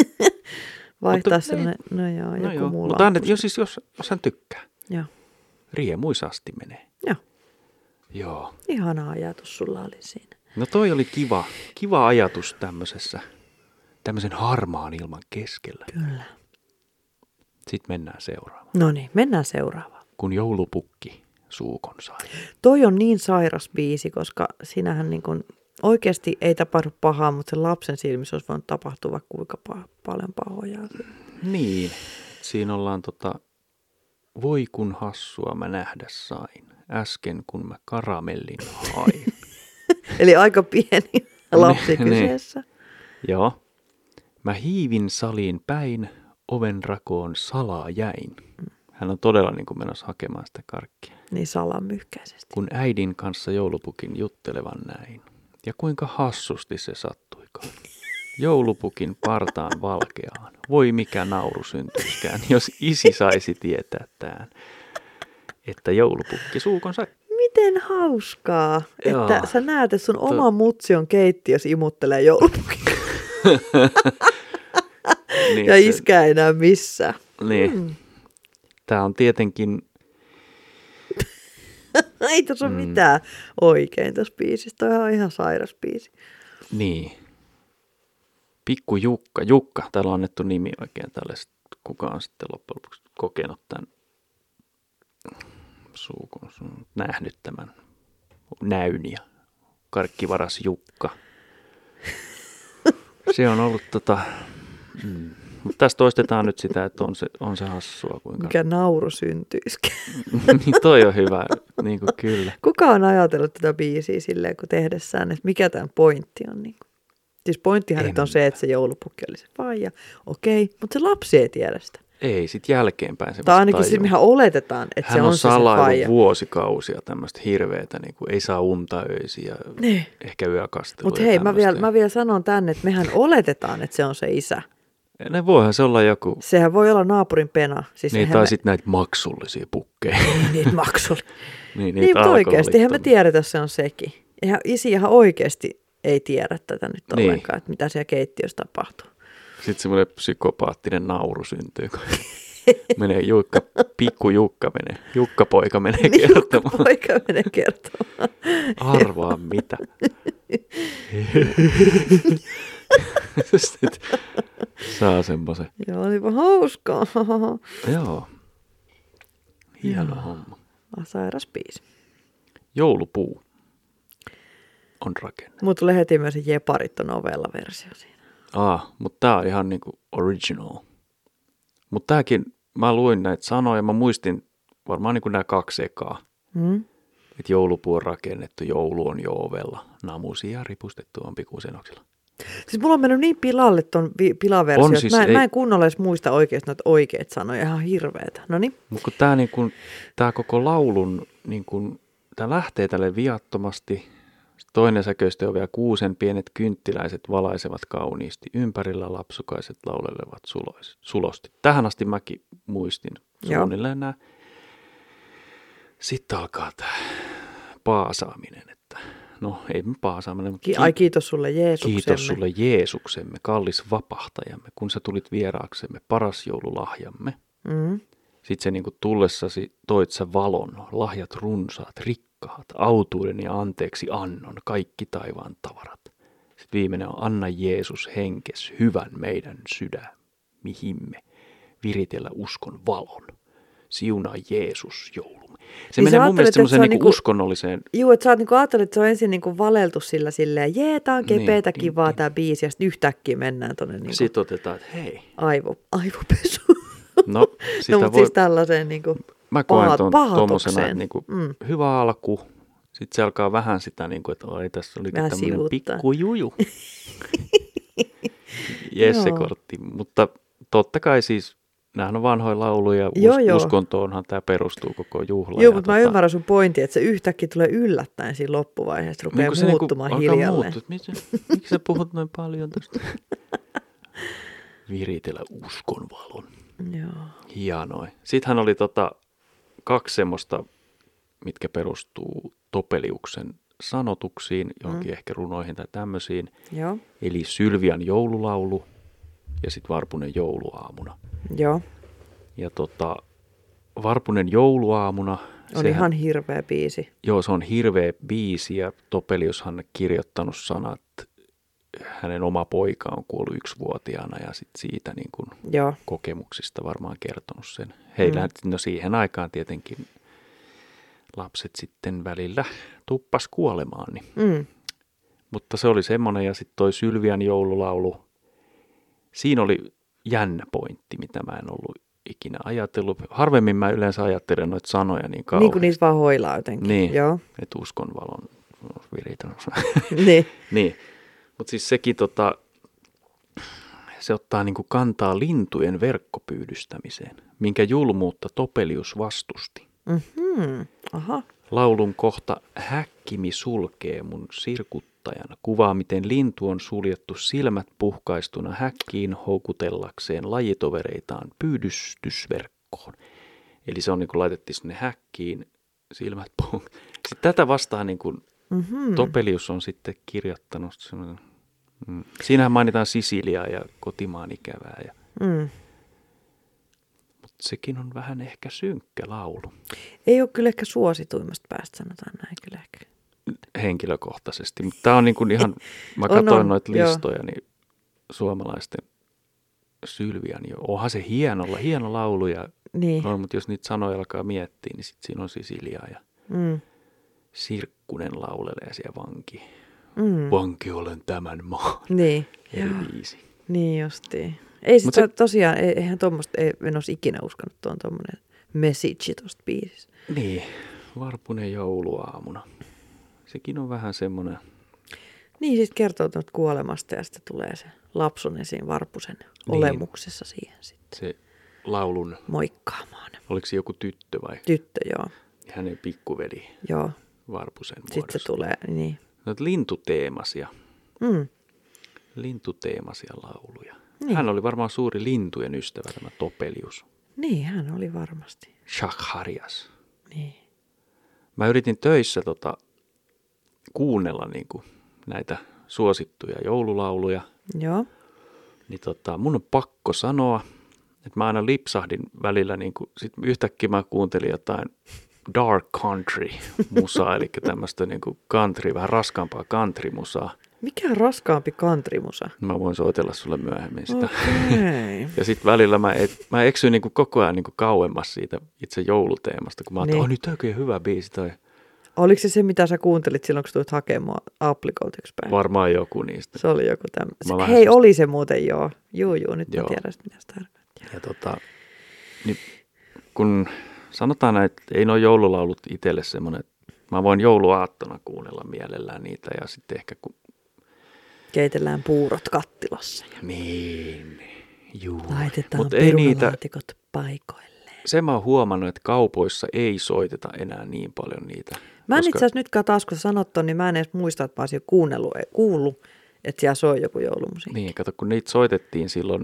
Vaihtaa
mutta ei.
sellainen, no
no
joo, joku
joo,
muu
mutta annet,
lamppu.
jos, siis, jos, jos hän tykkää,
Joo.
riemuisasti menee.
joo,
Joo.
ihana ajatus sulla oli siinä.
No toi oli kiva, kiva ajatus tämmöisessä, tämmöisen harmaan ilman keskellä.
Kyllä.
Sitten mennään seuraavaan.
No niin, mennään seuraavaan.
Kun joulupukki suukon sai.
Toi on niin sairas biisi, koska sinähän niin kun, oikeasti ei tapahdu pahaa, mutta sen lapsen silmissä olisi voinut tapahtua vaikka kuinka pa- paljon pahoja. asioita.
Niin. Siinä ollaan tota, voi kun hassua mä nähdä sain, äsken kun mä karamellin hain.
Eli aika pieni lapsi
Niin, niin.
kyseessä.
Joo. Mä hiivin saliin päin, oven rakoon salaa jäin. Hän on todella niin kuin menossa hakemaan sitä karkkia.
Niin salamyhkäisesti.
Kun äidin kanssa joulupukin juttelevan näin. Ja kuinka hassusti se sattuikaan. Joulupukin partaan valkeaan. Voi mikä nauru syntyiskään, jos isi saisi tietää tämän. Että joulupukki suukonsa
Miten hauskaa,
Joo.
että sä näet, että sun oma mutsi on keittiössä imuttelee joulupukin
niin
ja
se-
iskä ei enää missään. Hmm.
Niin. Tämä on tietenkin
Ei tässä
Mm.
ole mitään oikein tässä biisissä. Toi on ihan sairas biisi.
Niin. Pikku Jukka. Jukka, täällä on annettu nimi oikein tälle. Kuka on sitten loppujen lopuksi kokenut tämän suukon, sun- nähnyt tämän näyn ja karkkivaras Jukka. Se on ollut tota... Mm. Mutta tässä toistetaan nyt sitä, että on se, on se hassua kuinka...
Mikä nauru syntyisikään.
niin toi on hyvä, niin kuin kyllä.
Kuka on ajatellut tätä biisiä silleen, kun tehdessään, että mikä tämän pointti on? Niin Siis pointtihan nyt on se, että se joulupukki oli se faija. Okei, mutta se lapsi ei tiedä sitä.
Ei, sit jälkeenpäin se
Tai
vasta
ainakin siis
tajuu.
mehän oletetaan, että
Hän
se
on,
on,
on
se, se faija.
salaillut vuosikausia tämmöistä hirveätä, niin kuin ei saa unta öisiä, ja
Niin.
ehkä yökastelua.
Mutta hei, mä vielä, mä vielä sanon tänne, että mehän oletetaan, että se on se isä.
Ne voihan se olla joku,
Sehän voi olla naapurin pena. Siis
niin,
eihän
tai
me-
sitten näitä maksullisia pukkeja.
Ei niitä maksu.
niin,
niin, mutta oikeasti, eihän me
alkoholittomia.
tiedetä, se on sekin. Eihän isi ihan oikeasti ei tiedä tätä nyt
Niin.
ollenkaan, että mitä siellä keittiössä tapahtuu.
Sitten semmoinen psykopaattinen nauru syntyy, kun menee Jukka, pikku Jukka menee, Jukka poika menee
Niin joku
kertomaan.
poika menee kertomaan.
Arvaa mitä. Sitten saa semmoisen.
Joo, olipa hauskaa.
Joo. Hieno homma.
Ah, Sairas biisi.
Joulupuu on rakennettu.
Mulla tulee heti myös se Jeparit on ovella versio siinä.
Ah, mutta tämä on ihan niinku original. Mutta tämäkin, mä luin näitä sanoja, mä muistin varmaan niinku nämä kaksi ekaa.
Hmm?
Että joulupuu on rakennettu, joulu on jo ovella, namusia ripustettu on pikkusenoksilla.
Siis mulla on mennyt niin pilalle ton vi- pilaversio,
On
että
siis,
mä, en-
ei-
mä en kunnolla edes muista oikeasti noita oikeat sanoja, ihan hirveetä. No niin,
Mutta kun tämä niinku, tää koko laulun, niinku, tämä lähtee tälle viattomasti. Sit Toinen säköistä on vielä kuusen pienet kynttiläiset valaisevat kauniisti. Ympärillä lapsukaiset laulelevat sulois- sulosti. Tähän asti mäkin muistin
Joo.
suunnilleen nämä. Sitten alkaa tämä paasaaminen. Että, no ei me paasaaminen, mutta
Ki- ai kiitos sulle Jeesuksemme.
Kiitos sulle Jeesuksemme, kallis vapahtajamme, kun sä tulit vieraaksemme, paras joululahjamme.
Mm.
Sitten se niin kuin tullessasi toit sä valon, lahjat runsaat, rikkaat, autuuden ja anteeksi annon, kaikki taivaan tavarat. Sitten viimeinen on anna Jeesus henkes, hyvän meidän sydän, mihimme, viritellä uskon valon. Siunaa Jeesus joulumme. Se
Niin
menee
sä
mun mielestä
ajattelet, että se
semmoiseen
on
niinku
niinku-
uskonnolliseen,
Juu, että sä oot niinku ajatellut, että se on ensin niinku valeltu sillä silleen, jee, tää on
Niin,
kepeätä
niin,
kivaa tää biisi, ja sitten yhtäkkiä mennään tonne niinku
sit otetaan, että hei,
aivo, aivopesuun.
no sitä
no, mutta
voi...
siis tällaiseen niinku
mä koen
pahat-
tuon tuommoisena,
pahatukseen.
että niinku, mm.
Mm.
hyvä alku, sitten se alkaa vähän sitä, niinku, että oi tässä oli
Vähän
tämmöinen
sivuuttaa.
pikkujuju. Jesse-kortti, mutta totta kai siis, nämähän on vanhoja lauluja, us-
Joo, joo.
uskontoonhan tämä perustuu koko tota, juhla.
Joo, mutta mä ymmärrän sun pointin, että se yhtäkkiä tulee yllättäen siinä loppuvaiheessa, rupeaa
kun
niin muuttumaan
niinku alkaa
hiljalleen.
muuttua, että miksi- Miksi sä puhut noin paljon tästä? Viritellä uskonvalon.
Joo.
Hienoa. Sittenhän oli tota, kaksi semmoista, mitkä perustuu Topeliuksen sanotuksiin, johonkin mm. ehkä runoihin tai tämmöisiin.
Joo.
Eli Sylvian joululaulu ja sitten Varpunen jouluaamuna.
Joo.
Ja tota, Varpunen jouluaamuna,
On
sehän-
ihan hirveä biisi.
joo, se on hirveä biisi ja Topeliushan on kirjoittanut sanat, hänen oma poika on kuollut yksivuotiaana ja sit siitä niin kun
Joo.
kokemuksista varmaan kertonut sen. Heillä, mm. no siihen aikaan tietenkin lapset sitten välillä tuppas kuolemaan, niin
Mm.
Mutta se oli semmoinen ja sitten toi Sylvian joululaulu. Siinä oli jännä pointti, mitä mä en ollut ikinä ajatellut. Harvemmin mä yleensä ajattelen noita sanoja niin kauan.
Niin kuin niitä vaan hoilaa jotenkin.
Niin.
Joo.
Et uskonvalon viritän.
Niin.
niin. Mutta siis sekin tota, se ottaa niinku kantaa lintujen verkkopyydystämiseen, minkä julmuutta Topelius vastusti.
Hmm. Aha.
Laulun kohta häkkimi sulkee mun sirkuttajan kuvaa, miten lintu on suljettu silmät puhkaistuna häkkiin houkutellakseen lajitovereitaan pyydystysverkkoon. Eli se on niin kuin laitettiin sinne häkkiin, silmät puh- Sitten tätä vastaan niin kuin
Mm-hmm.
Topelius on sitten kirjoittanut semmoisen. Mm. Siinähän mainitaan Sisiliaa ja kotimaan ikävää, ja,
Mm.
mutta sekin on vähän ehkä synkkä laulu
Ei ole kyllä ehkä suosituimmasta päästä, sanotaan näin kyllä ehkä.
henkilökohtaisesti. Mutta tämä on niin kuin ihan, mä
On,
katsoin
on,
noita
joo.
listoja, niin suomalaisten Sylvian jo, onhan se hienolla, hieno laulu, ja
Niin.
on, mutta jos niitä sanoja alkaa miettiä, niin sitten siinä on Sisiliaa ja
Mm.
Sirkkunen laulelee siellä vanki.
Mm.
Vanki olen tämän maan.
Niin.
Eri
Joo.
biisi.
Niin justiin. Ei
Mut
sit
se-
se... tosiaan, ei- eihän tuommoista, ei, en olisi ikinä uskonut, että on tuommoinen message tuosta biisistä.
Niin, varpunen jouluaamuna. Sekin on vähän semmoinen,
Niin, siis kertoo tuosta kuolemasta ja sitten tulee se lapsunen siinä varpusen
Niin.
niin. olemuksessa siihen sitten
se laulun,
moikkaamaan.
oliko se joku tyttö vai
Tyttö, joo.
hänen pikkuveli
Joo,
Varpusen muodossa.
sitten se tulee, niin.
Noita lintuteemasia,
Mm.
lintuteemasia lauluja. Niin.
Niin.
Hän oli varmaan suuri lintujen ystävä tämä Topelius.
Niin, hän oli varmasti.
Shakharias.
Niin.
Mä yritin töissä tota, kuunnella niin kuin, näitä suosittuja joululauluja.
Joo.
niin tota, mun on pakko sanoa, että mä aina lipsahdin välillä, niin kuin, sit yhtäkkiä mä kuuntelin jotain dark country musaa, eli tämmöistä niin kuin country, vähän raskaampaa country musaa. Niin
Mikä on raskaampi kantrimusa?
Mä voin soitella sulle myöhemmin sitä.
Okei.
Ja sitten välillä mä, et, mä eksyin niin kuin koko ajan niin kuin kauemmas siitä itse jouluteemasta, kun mä ajattelin,
Niin.
että niin. nyt oikein hyvä biisi toi.
Oliko se se, mitä sä kuuntelit silloin, kun tulit hakemaan Applicalta yksi päivä?
Varmaan joku niistä.
Se oli joku tämä.
Mä vähän
Hei,
semmoista-
oli se muuten joo. Juu, juu, nyt
Joo.
mä tiedän, mitä se tarkoittaa.
Ja tota, niin kun sanotaan näin, että ei nuo joululaulut itselle semmoinen, että mä voin jouluaattona kuunnella mielellään niitä ja sitten ehkä kun...
Keitellään puurot kattilassa ja
Niin, juu.
laitetaan
Mutta ei niitä,
perunalaatikot paikoilleen.
se mä oon huomannut, että kaupoissa ei soiteta enää niin paljon niitä.
Mä en
koska-
itse asiassa nytkään taas, kun sä sanot ton, niin mä en edes muista, että mä olisin kuunnellut, kuullut, että siellä soi joku joulumusiikki.
Niin, kato, kun niitä soitettiin silloin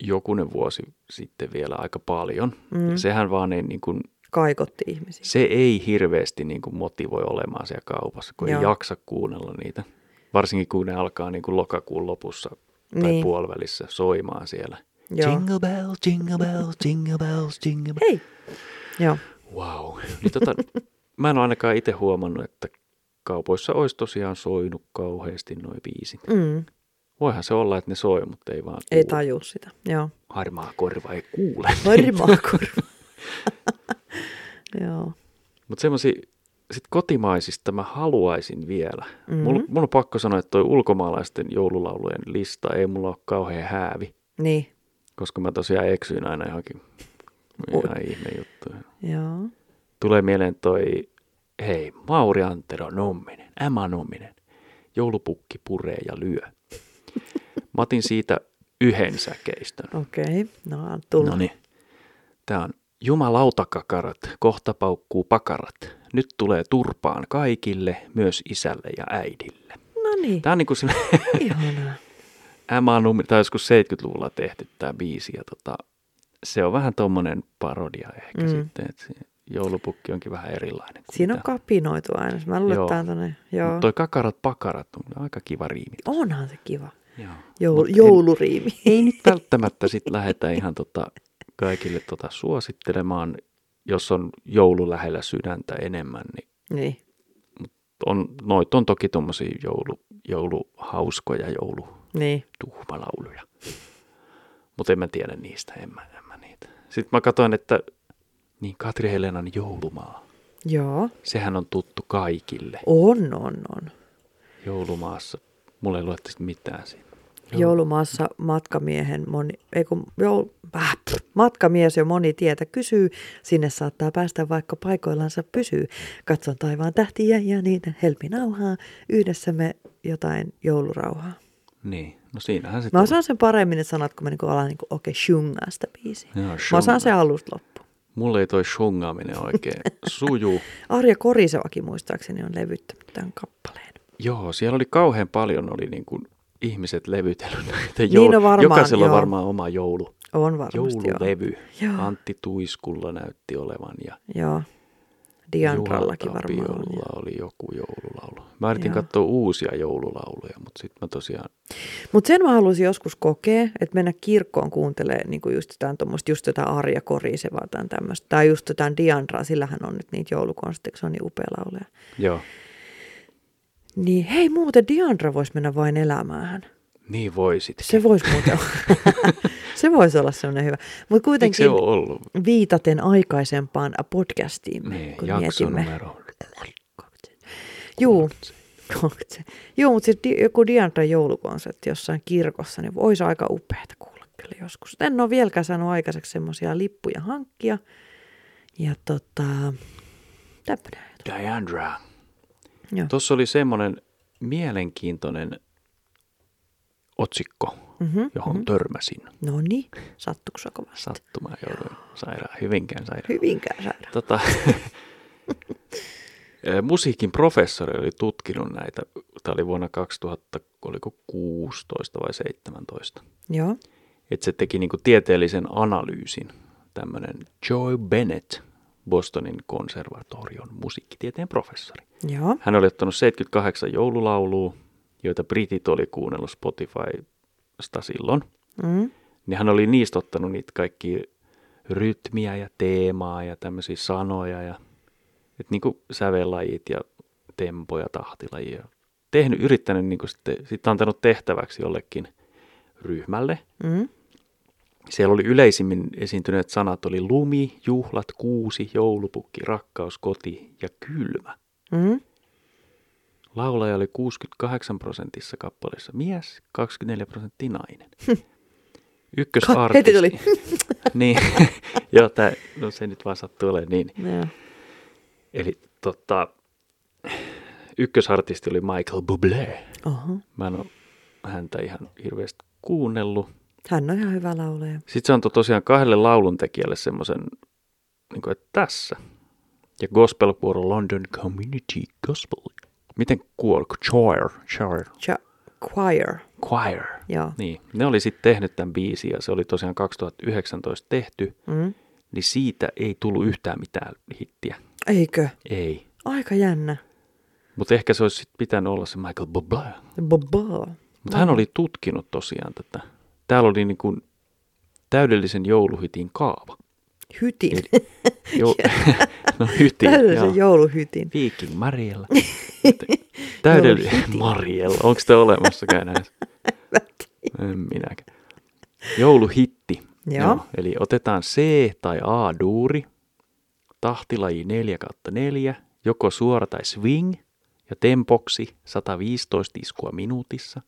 jokunen vuosi sitten vielä aika paljon. Mm. Sehän vaan ei niin kuin,
Kaikotti ihmisiä.
se ei hirveästi niin kuin motivoi olemaan siellä kaupassa, kun Joo.
Joo.
ei jaksa kuunnella niitä. Varsinkin kun ne alkaa niin kuin lokakuun lopussa tai niin.
Niin.
puolivälissä soimaan siellä.
Joo.
Jingle bells, jingle bells, jingle bells, jingle bells.
Hei! Joo.
Wow. Niin tota, mä en ole ainakaan itse huomannut, että kaupoissa olisi tosiaan soinut kauheasti noin biisit.
Mm.
Voihan se olla, että ne soi, mutta ei vaan
Ei
kuule.
tajua sitä. Joo.
Harmaa korva ei kuule.
Varmaan kurva. Joo.
Mutta semmoisia sit kotimaisista mä haluaisin vielä.
Mm.
Mm-hmm. Mulla, mulla on pakko sanoa, että toi ulkomaalaisten joululaulujen lista ei mulla ole kauhean häävi,
Niin.
koska mä tosiaan eksyin aina johonkin ihan ihme juttuihin.
Joo.
Tulee mieleen toi, hei, Mauri Antero Numminen, Emma Numminen, joulupukki puree ja lyö. Mä otin siitä yhden säkeistön.
Okei. Okay. No, on tullut.
No niin. Tämä on Jumalautakakarat, kohta paukkuu pakarat. Nyt tulee turpaan kaikille, myös isälle ja äidille.
No niin.
Tämä on niin kuin
Ihanaa.
Emma Nummi, tai joskus 70-luvulla tehty tämä biisi. Ja tota, se on vähän tuommoinen parodia ehkä mm.
Mm.
sitten, että se joulupukki onkin vähän erilainen. kuin
Siinä on
mitä-
kapinoitu aina. Mä luulen,
Joo.
että tää on tonne, joo.
Mut toi kakarat pakarat on aika kiva riimi.
Onhan se kiva.
Joo.
Joul,
Mut en-
jouluriimi.
ei nyt välttämättä sitten lähetä ihan tota kaikille tota suosittelemaan, jos on joulu lähellä sydäntä enemmän, niin
niin.
on, noit on toki tuommoisia joulu, jouluhauskoja,
Niin.
joulutuhmalauluja. Mutta en mä tiedä niistä, en mä, en mä niitä. Sitten mä katsoin, että niin Katri Helenan joulumaa,
Joo.
sehän on tuttu kaikille.
On, on, on.
Joulumaassa. Mulle ei luettu mitään siinä.
Joo. Joulumaassa matkamiehen moni, ei kun, joul, äh, pff, matkamies jo moni tietä kysyy. Sinne saattaa päästä vaikka paikoillansa pysyy. Katson taivaan tähtiä ja niitä helminauhaa. Yhdessä me jotain joulurauhaa.
Niin, no siinähän sitten
Mä osaan sen paremmin ne sanat, kun mä niinku alan niinku, okei, okay, shungaa sitä biisiä.
Joo,
Mä
shungaa.
osaan sen alusta loppu.
Mulle ei toi shungaaminen oikein suju.
Arja Korisevakin muistaakseni on levyttänyt tämän kappaleen.
Joo, siellä oli kauhean paljon oli niin kuin ihmiset levytellyt näitä
Niin on varmaan,
Jokaisella on
joo.
varmaan oma joulu.
On varmasti joo.
Joululevy.
Joo.
Antti Tuiskulla näytti olevan ja
Joo. Diandrallakin varmaan on.
Tapiolla oli joku joululaulu. Mä yritin
Joo.
katsoa uusia joululauluja, mutta sitten mä tosiaan,
Mutta sen mä halusin joskus kokea, että mennä kirkkoon kuuntelemaan niin just jotain tuommoista, just jotain Arja Korisevaa tai tämmöistä. Tai just jotain Diandraa, sillähän on nyt niitä joulukonsteja, kun se on niin upea laulaja.
joo,
Niin hei muuten Diandra voisi mennä vain elämään.
niin voisit.
Se voisi muuten Se voisi olla semmoinen hyvä. Mutta
Eikö
kuitenkin
se ole ollut?
viitaten aikaisempaan podcastiin,
Niin,
kun
jakso
mietimme.
numero.
Juu. Joo, mutta sitten joku Diandra joulukonsertti jossain kirkossa, niin olisi aika upeata kuulla kyllä joskus. En ole vieläkään saanut aikaiseksi semmoisia lippuja hankkia. Ja tota, tämmöinen ajatus.
Diandra.
Joo.
Tuossa oli semmoinen mielenkiintoinen otsikko,
Mhm,
johon
mhm.
törmäsin.
No niin, sattuuko sua kovasti?
Sattumaa jouduin sairaan, hyvinkään sairaan.
Hyvinkään sairaan.
Tota, eh, musiikin professori oli tutkinut näitä. Tämä oli vuonna 2000, oliko 16 vai 17.
Joo,
Että se teki niinku tieteellisen analyysin. Tämmöinen Joy Bennett, Bostonin konservatorion musiikkitieteen professori.
joo,
Hän oli ottanut 78 joululaulua, joita britit oli kuunnellut Spotifysta silloin.
mm,
Niin hän oli niistä ottanut niitä kaikki rytmiä ja teemaa ja tämmöisiä sanoja ja et niinku sävellajit ja tempo ja tahtilaji. Ja tehnyt, yrittänyt niinku sitten, sitten antanut tehtäväksi jollekin ryhmälle.
mm,
Siellä oli yleisimmin esiintyneet sanat oli lumi, juhlat, kuusi, joulupukki, rakkaus, koti ja kylmä.
mm.
Laulaja oli 68 prosentissa kappaleessa mies, 24 prosenttia nainen.
Ka-
Ykkösartisti.
heti tuli.
niin, joo, tää, no se nyt vaan sattuu olemaan niin.
Joo.
Eli tota, ykkösartisti oli Michael Bublé.
Oho.
Mä en ole häntä ihan hirveästi kuunnellut.
Hän on ihan hyvä laulaja.
Sitten se antoi tosiaan kahdelle lauluntekijälle semmoisen, niin kuin, että tässä. Ja gospelkuoro London Community Gospel. Miten kuoro? Choir. Choir.
Cha- choir,
Choir.
joo.
Niin, ne oli sitten tehnyt tämän biisin ja se oli tosiaan 2019 tehty,
Mm.
niin siitä ei tullut yhtään mitään hittiä.
Eikö?
Ei.
Aika jännä.
Mutta ehkä se olisi sit pitänyt olla se Michael Bublé.
Bobo.
Mutta hän oli tutkinut tosiaan tätä. Täällä oli niin kuin täydellisen jouluhytin kaava.
Hytin.
Jo- no hytin, joo.
Täydellisen jouluhytin.
Viikin Mariella. Täydellinen Mariella. Onko sitä olemassakaan näissä? En minäkään. Jouluhitti.
Joo.
Eli otetaan C tai A-duuri, tahtilaji 4 kautta 4, joko suora tai swing, ja tempoksi 115 iskua minuutissa.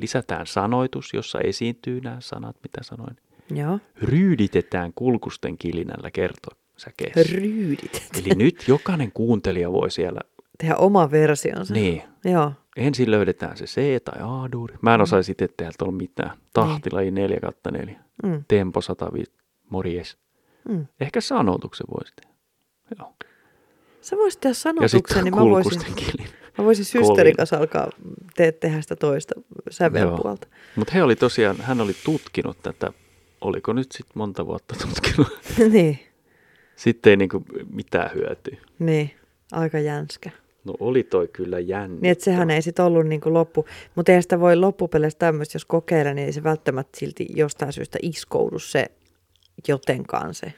Lisätään sanoitus, jossa esiintyy nämä sanat, mitä sanoin.
Joo.
Ryyditetään kulkusten kilinällä kertosäkeessä.
Ryydit.
Eli nyt jokainen kuuntelija voi siellä,
Tehdä oma versionsa.
niin,
Joo.
ensin löydetään se C tai A-duuri.
Mm.
Mä en osaisi itse tehdä tuolla mitään.
Niin.
Tahtilaji 4 kautta 4.
Mm.
Tempo 105. Morjes.
Mm.
Ehkä sanoituksen voisi tehdä. Joo.
Sä voisit tehdä
Ja
sanotuksen,
sitten
niin mä voisin,
kulkusten kilin.
mä voisin
kolina.
systerikas alkaa te- tehdä sitä toista sävelpuolta.
Mutta he oli tosiaan, hän oli tutkinut tätä, oliko nyt sitten monta vuotta tutkinut.
niin,
sitten ei niinku mitään hyötyä.
niin. Aika jänskä.
No oli toi kyllä jännä.
Niin, että sehän ei sitten ollut niin kuin loppu. Mutta eihän sitä voi loppupeleissä tämmöistä, jos kokeilla, niin ei se välttämättä silti jostain syystä iskoudu se jotenkaan se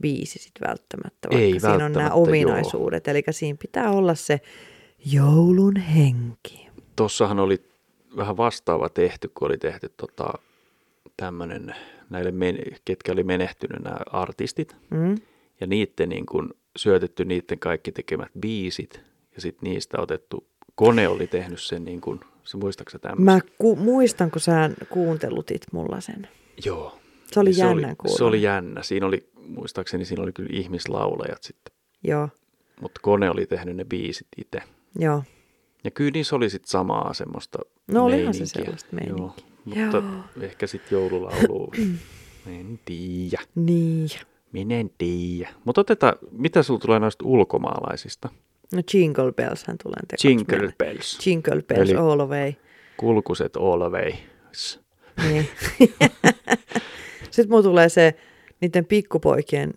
biisi sitten välttämättä. Vaikka
Ei
siinä on nämä
välttämättä, joo.
ominaisuudet. Eli siinä pitää olla se joulun henki.
Tossahan oli vähän vastaava tehty, kun oli tehty tota, tämmöinen näille, men- ketkä oli menehtynyt nämä artistit.
Mm?
Ja niiden niin kun, syötetty niiden kaikki tekemät biisit ja sitten niistä otettu kone oli tehnyt sen niin kuin, se muistaaksä tämmöisen?
Mä ku- muistan, kun sä kuuntelutit mulla sen.
Joo.
Se oli
Niin
jännä
se oli,
kuulla.
se oli jännä. Siinä oli, muistaakseni siinä oli kyllä ihmislaulajat sitten,
Joo,
mutta kone oli tehnyt ne biisit itse.
joo.
Ja kyllä niissä oli sitten samaa semmoista
No olihan se
meininkiä.
sellaista meininkiä.
Joo. Mutta
Joo.
ehkä sitten joululaulu. en tiedä.
Niin.
Minä en tiedä. Mutta otetaan, mitä sulla tulee noista ulkomaalaisista?
No Jingle Bellshän tulee tekoksi.
Jingle
mieleen.
bells.
Jingle Bells
Eli-
Eli... all the way.
Kulkuset always.
Niin. Sitten mulla tulee se niiden pikkupoikien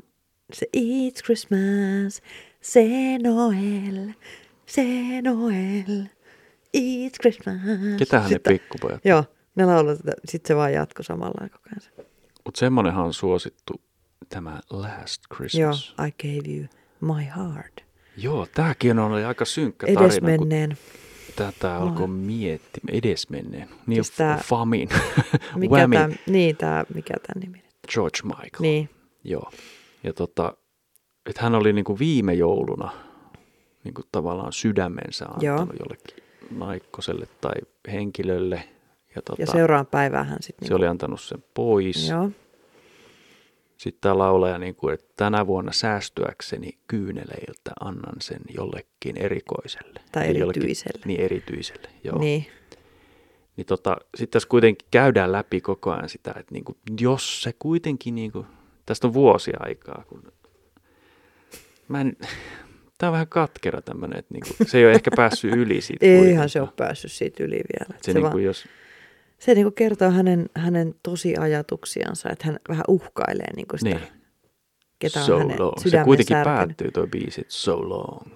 se It's Christmas, se Noel, se Noel, It's Christmas.
Ketähän
Sitten-
ne pikkupojat?
Joo, ne laulaa tätä. Sitten se vaan jatko samalla koko ajan. se.
Mutta semmonenhan on suosittu tämä Last
Joo,
Christmas.
I gave you my heart.
Joo, Joo tämäkin on ollut aika synkkä tarina, kun
Edesmenneen.
tätä alkoi miettimään. Edesmenneen. Niin
Siis tää-
tää... Famin.
Mikä
Whammy.
tämä, niin tämä, mikä tämä nimi nyt?
George Michael.
Niin,
Joo. Ja tota, että hän oli niinku viime jouluna niinku tavallaan sydämensä antanut
Joo.
jollekin naikkoselle tai henkilölle. Ja, tota,
ja seuraan päivään hän sitten.
se oli antanut sen pois.
Joo,
Sitten tämä laulaja, niinku, että tänä vuonna säästyäkseni kyyneleiltä annan sen jollekin erikoiselle.
Tai
Eli jollekin-
erityiselle.
niin, erityiselle, joo.
niin.
Niin tota, sitten tässä kuitenkin käydään läpi koko ajan sitä, että niinku, jos se kuitenkin, niinku, tästä on vuosia aikaa, kun mä en, tää on vähän katkera tämmöinen, että niinku, se ei ole ehkä päässyt yli siitä.
Eihän
kuitenkaan.
se ole päässyt siitä yli vielä.
Se,
Se,
se
vaan,
niinku, jos,
se niin kuin kertoo hänen, hänen tosiajatuksiansa, että hän vähän uhkailee niin kuin sitä,
niin,
niin. ketä on
so
hänen
long. Se
sydämen
kuitenkin
särkenyt.
päättyy toi biisi, että so long.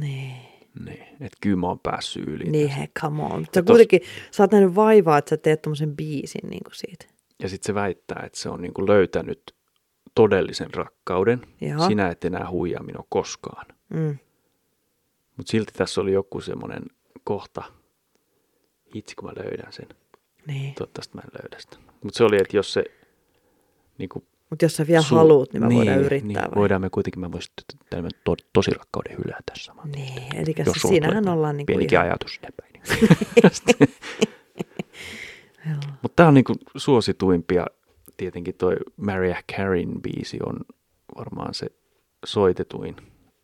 Niin,
Niin, että kyllä mä oon päässyt yli.
niin he, come on. Sä
tos-
kuitenkin, sä oot nähnyt vaivaa, että sä teet tuommoisen biisin niin kuin siitä.
Ja sitten se väittää, että se on niinku löytänyt todellisen rakkauden.
Joo.
Sinä et enää huijaa minua koskaan.
Mm.
Mutta silti tässä oli joku semmoinen kohta, itse kun mä löydän sen.
Niin.
Toivottavasti mä en löydä sitä. Mutta se oli, että jos se... Niinku,
Mutta jos sä vielä
su-
haluut, niin me niin, voidaan yrittää.
Niin,
vai?
voidaan me kuitenkin, mä voisin t- tämän to, tosi rakkauden hylätä saman.
Niin, eli
Jos sulla
siinähän
tulee
ollaan niin kuin
Pienikin
ihan,
ajatus eteenpäin.
joo.
Mutta tämä on niinku suosituimpia. Tietenkin toi Mariah Careyn biisi on varmaan se soitetuin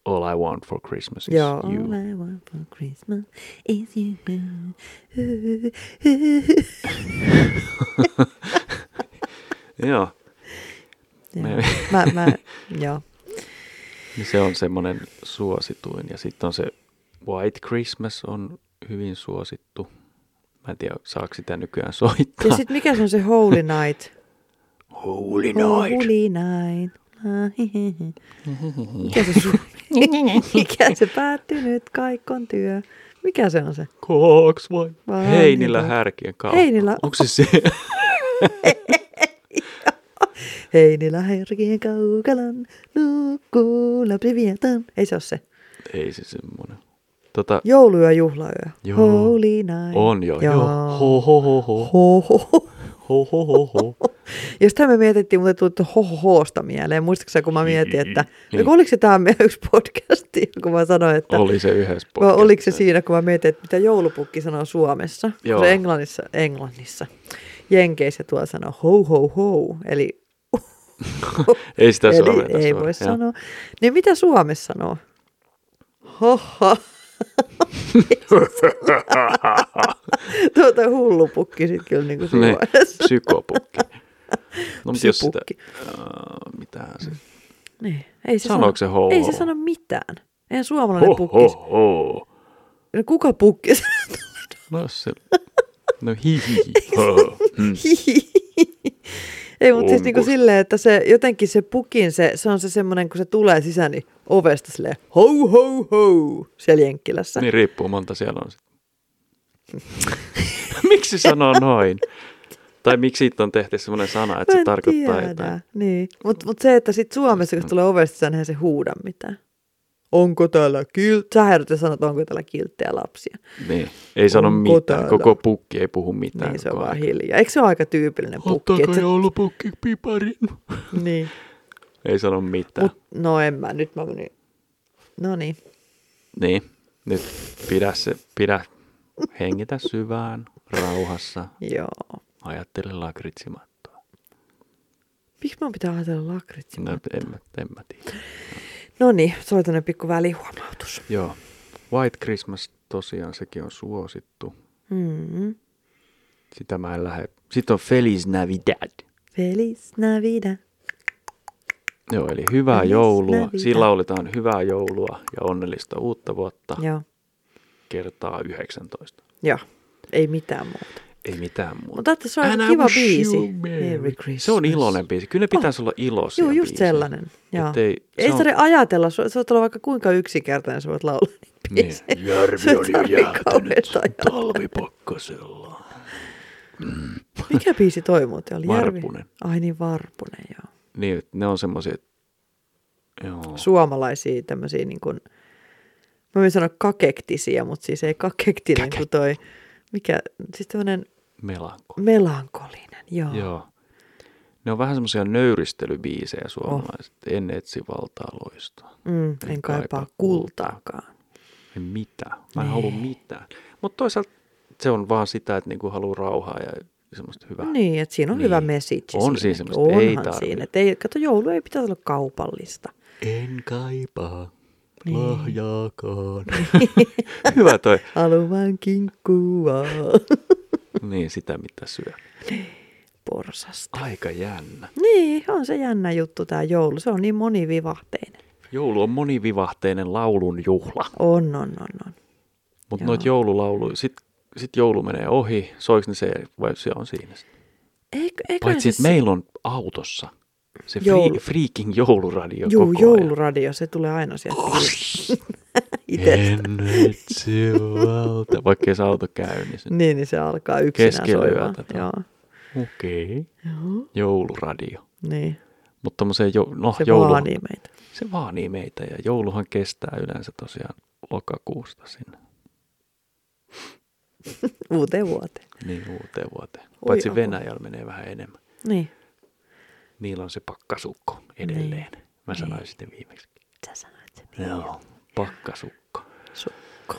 All I Want for Christmas is
Joo.
Siis You.
All I want for Christmas is you.
Joo,
Joo.
Me-
mä, mä, joo.
niin se on semmoinen suosituin. Ja sitten on se White Christmas on hyvin suosittu. Mä en tiedä, saako sitä nykyään soittaa.
Ja sitten mikä se on se Holy Night?
Holy
Holy night. Mikä se, su- mikä se päättyy nyt? Kaikkon työ. Mikä se on se?
Kooks vai?
Vai
Heinillä
niin vai?
härkien kauppa.
Heinillä-
Onko se se?
Heinilä herkien kaukalan, nukkuu läpi vietän. Ei se ole se.
Ei se semmoinen. Tota,
Jouluyö, juhlayö.
Joo.
Holy night.
on jo. Joo.
Ho.
Ho, ho, ho, ho.
Ho, ho.
Ho, ho, ho, ho.
Ja sitä me mietittiin, mutta tuli tuo hohohoosta mieleen. Muistatko sä, kun mä mietin, että No
Niin.
oliko se tämä meidän yksi podcasti, kun mä sanoin, että
Oli se yhdessä
Vai
podcastissa.
oliko se siinä, kun mä mietin, että mitä joulupukki sanoo Suomessa? kun
Joo.
Se Englannissa, Englannissa. Jenkeissä tuo sanoo ho ho ho, eli,
Ei sitä suomea.
eli ei voi sanoa. Niin mitä Suomessa sanoo? Hoho. tuota hullupukki sitten kyllä niin kuin
Ne,
Suomessa.
psykopukki. No, mutta jos sitä,
Psypukki.
uh, mitähän se
Niin. Ei se
Sanoiko se ho,
Ei
ho,
se
ho?
sano mitään. Eihän suomalainen
Ho,
pukki.
ho, ho.
No kuka pukki?
No se... No hi, hi, hi. Ho. Mm.
Ei, mutta siis
Onko
niinku
se-
silleen, että se jotenkin se pukin, se, se on se semmoinen, kun se tulee sisään, niin ovesta silleen ho ho ho siellä Jenkkilässä. Niin.
Niin riippuu monta siellä on. sit. miksi se sanoo noin? Tai miksi siitä on tehty semmoinen sana, että
Mä
se
en
tarkoittaa
tiedä.
jotain.
Niin. Mutta mut se, että sit Suomessa, kun se tulee ovesta sisään, niin eihän se huuda mitään. Onko täällä kilt... Sä herrat ja sanot, onko täällä kilttejä lapsia.
Niin. Ei sano
Onko
mitään.
täällä?
Koko pukki ei puhu mitään.
niin se on
koko
vaan
ajan.
hiljaa. Eikö se ole aika tyypillinen pukki?
Ottakaa
Että se,
joulupukki piparin.
niin.
Ei sano mitään.
Mut, no en mä, nyt mä menin. No niin.
Niin. Nyt pidä, se, pidä hengitä syvään, rauhassa,
Joo.
ajattele lakritsimattoa.
Miksi mun pitää ajatella lakritsi?
No, en, mä- en mä tiedä.
No niin, se oli tämmönen pikku välihuomautus.
Joo. White Christmas tosiaan, sekin on suosittu.
Mm-hmm.
Sitä mä en lähde. Sitten on Feliz Navidad.
Feliz Navidad.
Joo, eli hyvää
Feliz
joulua.
Navidad.
Sillä olitaan hyvää joulua ja onnellista uutta vuotta
Joo.
kertaa 19.
Joo. Ei mitään muuta.
Ei mitään muuta.
Mutta että se on
And I
aika kiva
wish you
biisi.
merry-
Merry Christmas.
Se on iloinen biisi. Kyllä ne pitäisi olla iloisia
Joo, just
biisejä.
sellainen. Joo.
Ettei-
Ei
se on-
tarvitse ajatella, se voit olla vaikka kuinka yksinkertainen sä voit laulaa.
Niin.
Se
Järvi
ei
on
tarvii
jo jäätynyt
kauheeta ajatella.
talvipakkasella.
Mikä biisi toi muuten oli? Järvi?
Varpunen.
Ai niin, Varpunen, joo.
Niin, että ne on semmoisia, joo,
Suomalaisia tämmöisiä niin kuin, mä voin sanoa kakektisia, mutta siis ei kakektinen kuin toi, mikä, siis tämmöinen
melanko.
melankolinen, joo. joo.
Joo. Ne on vähän semmoisia nöyristelybiisejä suomalaiset. Oh. En etsi valtaa loistoa.
Mm,
Niin
en kaipaa kultaakaan.
En mitään. Mä en
Niin.
halua mitään. Mutta toisaalta se on vaan sitä, että niinku haluaa rauhaa ja semmoista hyvää.
Niin, että siinä on
Niin.
hyvä message.
On
siinäkin.
siinä semmoista, ei
Onhan
tarvi.
siinä. Et ei, kato, joulu ei pitäisi olla kaupallista.
En kaipaa
Niin.
lahjaakaan. Hyvä toi.
Haluan kinkkua
Niin, sitä mitä syö.
porsasta.
Aika jännä.
Niin, on se jännä juttu tämä joulu. Se on niin monivivahteinen.
Joulu on monivivahteinen laulun juhla.
On, on, on, on.
Mutta
Joo.
noit joululauluja, sit, sit joulu menee ohi, soiks ne se, vai se on siinä. sit?
Eikö, eikö
Paitsi,
se-
että meillä on autossa se
Joulu.
free, freaking jouluradio
Juu,
koko ajan.
jouluradio, se tulee aina sieltä itse.
etsi valta. Vaikka ei se auto käy, niin se
Niin, niin se alkaa yksinään
Keskellä
soimaan.
yötä
Joo.
okei. Okay.
Joo.
Jouluradio.
Niin,
Mutta tommoseen, jo, no,
se
joulu,
vaanii meitä.
se vaanii meitä ja jouluhan kestää yleensä tosiaan lokakuusta sinne.
Uuteen vuoteen.
Niin uuteen vuoteen. Paitsi
apua.
Venäjällä menee vähän enemmän.
Niin.
Niillä on se pakkasukko edelleen. Niin. Mä sanoin niin. sitten viimeksi.
Sä sanoit sen.
Joo, pakkasukko.
Sukko.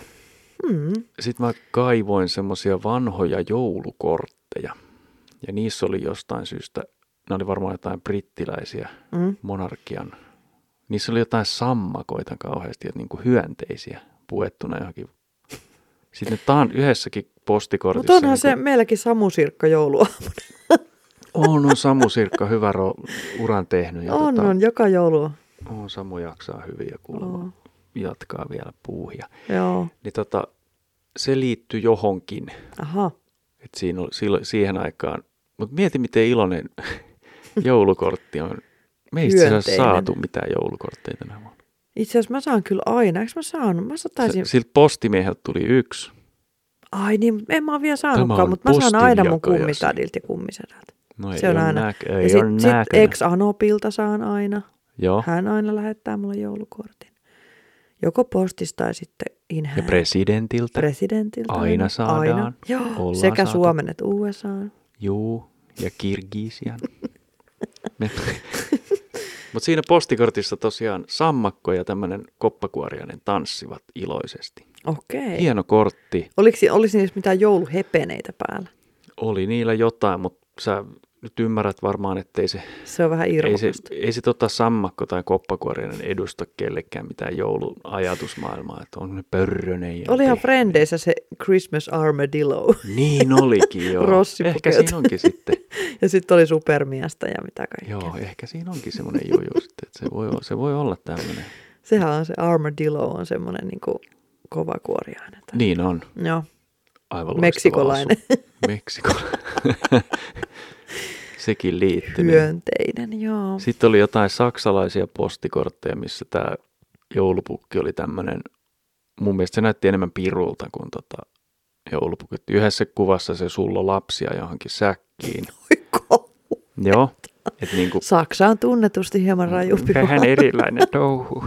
Mm.
Sitten mä kaivoin semmoisia vanhoja joulukortteja. Ja niissä oli jostain syystä, ne oli varmaan jotain brittiläisiä
Mm.
monarkian. Niissä oli jotain sammakoita kauheasti, että niinku hyönteisiä puettuna johonkin. Sitten tää on yhdessäkin
Mutta
postikortissa. niinku-
onhan se meilläkin Samu Sirkka joulua.
On, on Samu Sirkka hyvä ro, uran tehnyt. Ja tota-
On, on, joka joulu.
on. Samu jaksaa hyvin ja kuulemma
Oo.
jatkaa vielä puuhia.
Joo.
niin tota, se liittyy johonkin,
Aha.
että siinä oli, silloin, siihen aikaan. Mutta mieti, miten iloinen joulukortti on. Me ei itse asiassa
Hyönteinen.
saatu mitään joulukortteja tänä vuonna.
Itse asiassa mä saan kyllä aina. Eikö mä saanut? Mä taisin...
Se, siltä postimieheltä tuli yksi.
Ai niin, mut en mä ole vielä
Tämä on
saanutkaan, mutta mä saan aina mun
postinjakaja.
kummitadilta ja kummisedältä.
No ei
Se on
ole
aina.
Näk-
ja
ei ole No.
sitten sit
näkönä.
ex-Anopilta saan aina.
Joo,
Hän aina lähettää mulle joulukortin. Joko postista tai sitten in
ja
hand.
presidentiltä. Pre-
presidentiltä.
Aina saadaan.
Aina. Joo,
Ollaan
sekä
saatu.
Suomen että USAan.
Juu, ja Kirgisian. Mutta siinä postikortissa tosiaan sammakko ja tämmöinen koppakuoriainen tanssivat iloisesti.
Okei. Okay.
Hieno kortti.
Oliko, si- olisi niissä mitään jouluhepeneitä päällä?
Oli niillä jotain, mutta sä nyt ymmärrät varmaan, että ei se,
Se on vähän
ei se,
irvokasta.
ei se tota sammakko tai koppakuorinen edusta kellekään mitään joulun ajatusmaailmaa, että on ne pörrönen. Ja
Olihan
pehmeä.
Frendeissä se Christmas Armadillo
Niin olikin, joo.
Rossi
ehkä
pukeutui.
siinä onkin sitten,
ja sitten oli supermiestä ja mitä kaikkea.
joo, ehkä siinä onkin semmoinen juju sitten, että se voi, o- se voi olla tämmöinen.
Sehän on se Armadillo on semmoinen niin kova kuoriainen. tai-
Niin on,
Joo,
aivan loistava
Meksikolainen.
asu. Meksikolainen. Sekin liittyy.
hyönteinen, joo.
Sitten oli jotain saksalaisia postikortteja, missä tämä joulupukki oli tämmöinen, mun mielestä se näytti enemmän pirulta kuin tota joulupukki. Yhdessä kuvassa se sullo lapsia johonkin säkkiin.
Oi kau-
Joo, että niinku
Saksa on tunnetusti
Mm.
hieman rajumpi.
vähän erilainen touhu.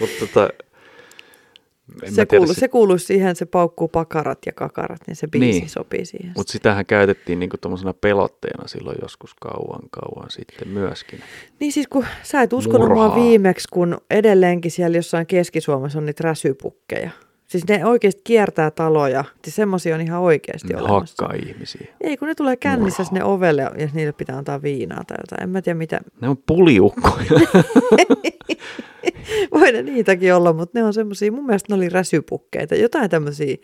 Mutta tota, en
Se,
mä tiedä,
kuulu, se kuuluisi siihen, se paukkuu pakarat ja kakarat, niin se biisi
Niin.
niin. sopii siihen.
Mutta sitähän käytettiin niinku tuommoisena pelotteena silloin joskus kauan kauan sitten myöskin.
Niin siis kun sä et uskonut mua
Murhaa.
viimeksi, kun edelleenkin siellä jossain Keski-Suomessa on niitä räsypukkeja. Siis ne oikeasti kiertää taloja, siis semmoisia on ihan oikeasti
Ne
olemassa.
hakkaa ihmisiä.
Ei, kun ne tulee kännissä sinne ovelle ja niille pitää antaa viinaa tai jotain. En mä tiedä mitä.
Ne on puliukkoja.
Voi ne niitäkin olla, mutta ne on semmoisia, mun mielestä ne oli räsypukkeita. Jotain tämmöisiä,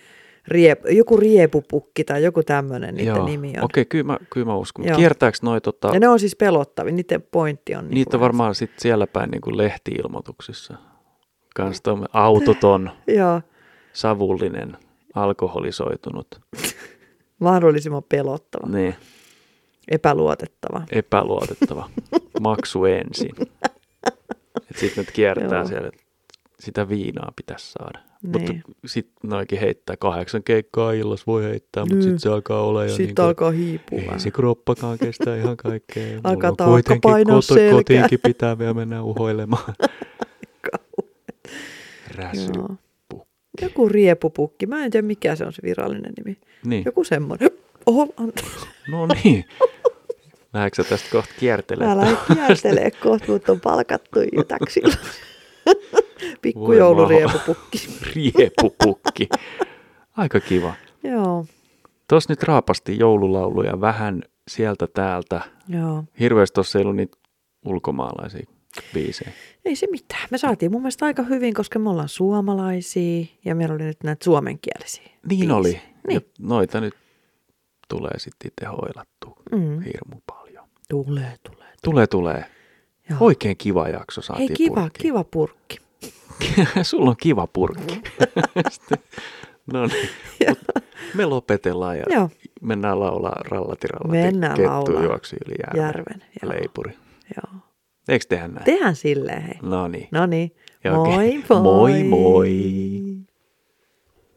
riep, joku riepupukki tai joku tämmöinen niiden
Joo.
nimi on.
Okei, kyllä mä, kyllä mä uskon. Mut
Joo.
Kiertääkö noi, tota,
Ja ne on siis pelottavia, niiden pointti on. niinku
niitä on
vähän
varmaan sit siellä päin niinku lehtiilmoituksissa. Kans tommo- autoton,
se- Joo,
savullinen, alkoholisoitunut,
mahdollisimman pelottava,
niin,
epäluotettava.
epäluotettava, maksu ensin. Sitten nyt kiertää
Joo.
siellä, että sitä viinaa pitäisi saada. Mutta
Niin.
sitten noikin heittää kahdeksan keikkaa illassa, voi heittää, mutta
Mm.
sitten se alkaa olla jo
Sitten
niinku,
alkaa hiipua.
Ei
vähän.
se kroppakaan kestä ihan kaikkea. Mulla
Alkaa
on
taakka
kuitenkin
painaa selkään.
kotiinkin pitää vielä mennä uhoilemaan. Räsy.
Joo. Joku riepupukki. Mä en tiedä, mikä se on se virallinen nimi.
Niin.
Joku semmoinen. Oho, anteeksi.
No niin. Lähdekö sä tästä kohta kiertelemään?
Älä kiertelee kohta, mutta on palkattu jo taksilla.
Pikkujouluriepupukki.
Pikkujouluriepupukki.
Riepupukki. Aika kiva.
Joo,
Tuossa nyt raapasti joululauluja vähän sieltä täältä.
joo.
Hirveästi tuossa ei ollut niitä ulkomaalaisia biisejä.
Ei se mitään. Me saatiin mun mielestä aika hyvin, koska me ollaan suomalaisia ja meillä oli nyt näitä suomenkielisiä.
Niin
biisejä.
oli. Ja
Niin.
noita nyt tulee sitten itse hoilattua
Mm.
hirmu paljon.
Tulee, tulee.
Tulee, tulee.
Joo.
Oikein kiva jakso
Hei,
saatiin
kiva, kiva purkki.
kiva. Sulla on kiva purkki. Sitten- no niin. Mut Me lopetellaan ja
Joo,
mennään laulaa rallatiralla.
Mennään laulaa.
juoksi yli järven.
järven. Joo,
Leipuri.
joo.
Eikö tehdä näin?
Tehän silleen, hei.
no niin.
No niin.
Ja okei.
Moi moi.
Moi moi.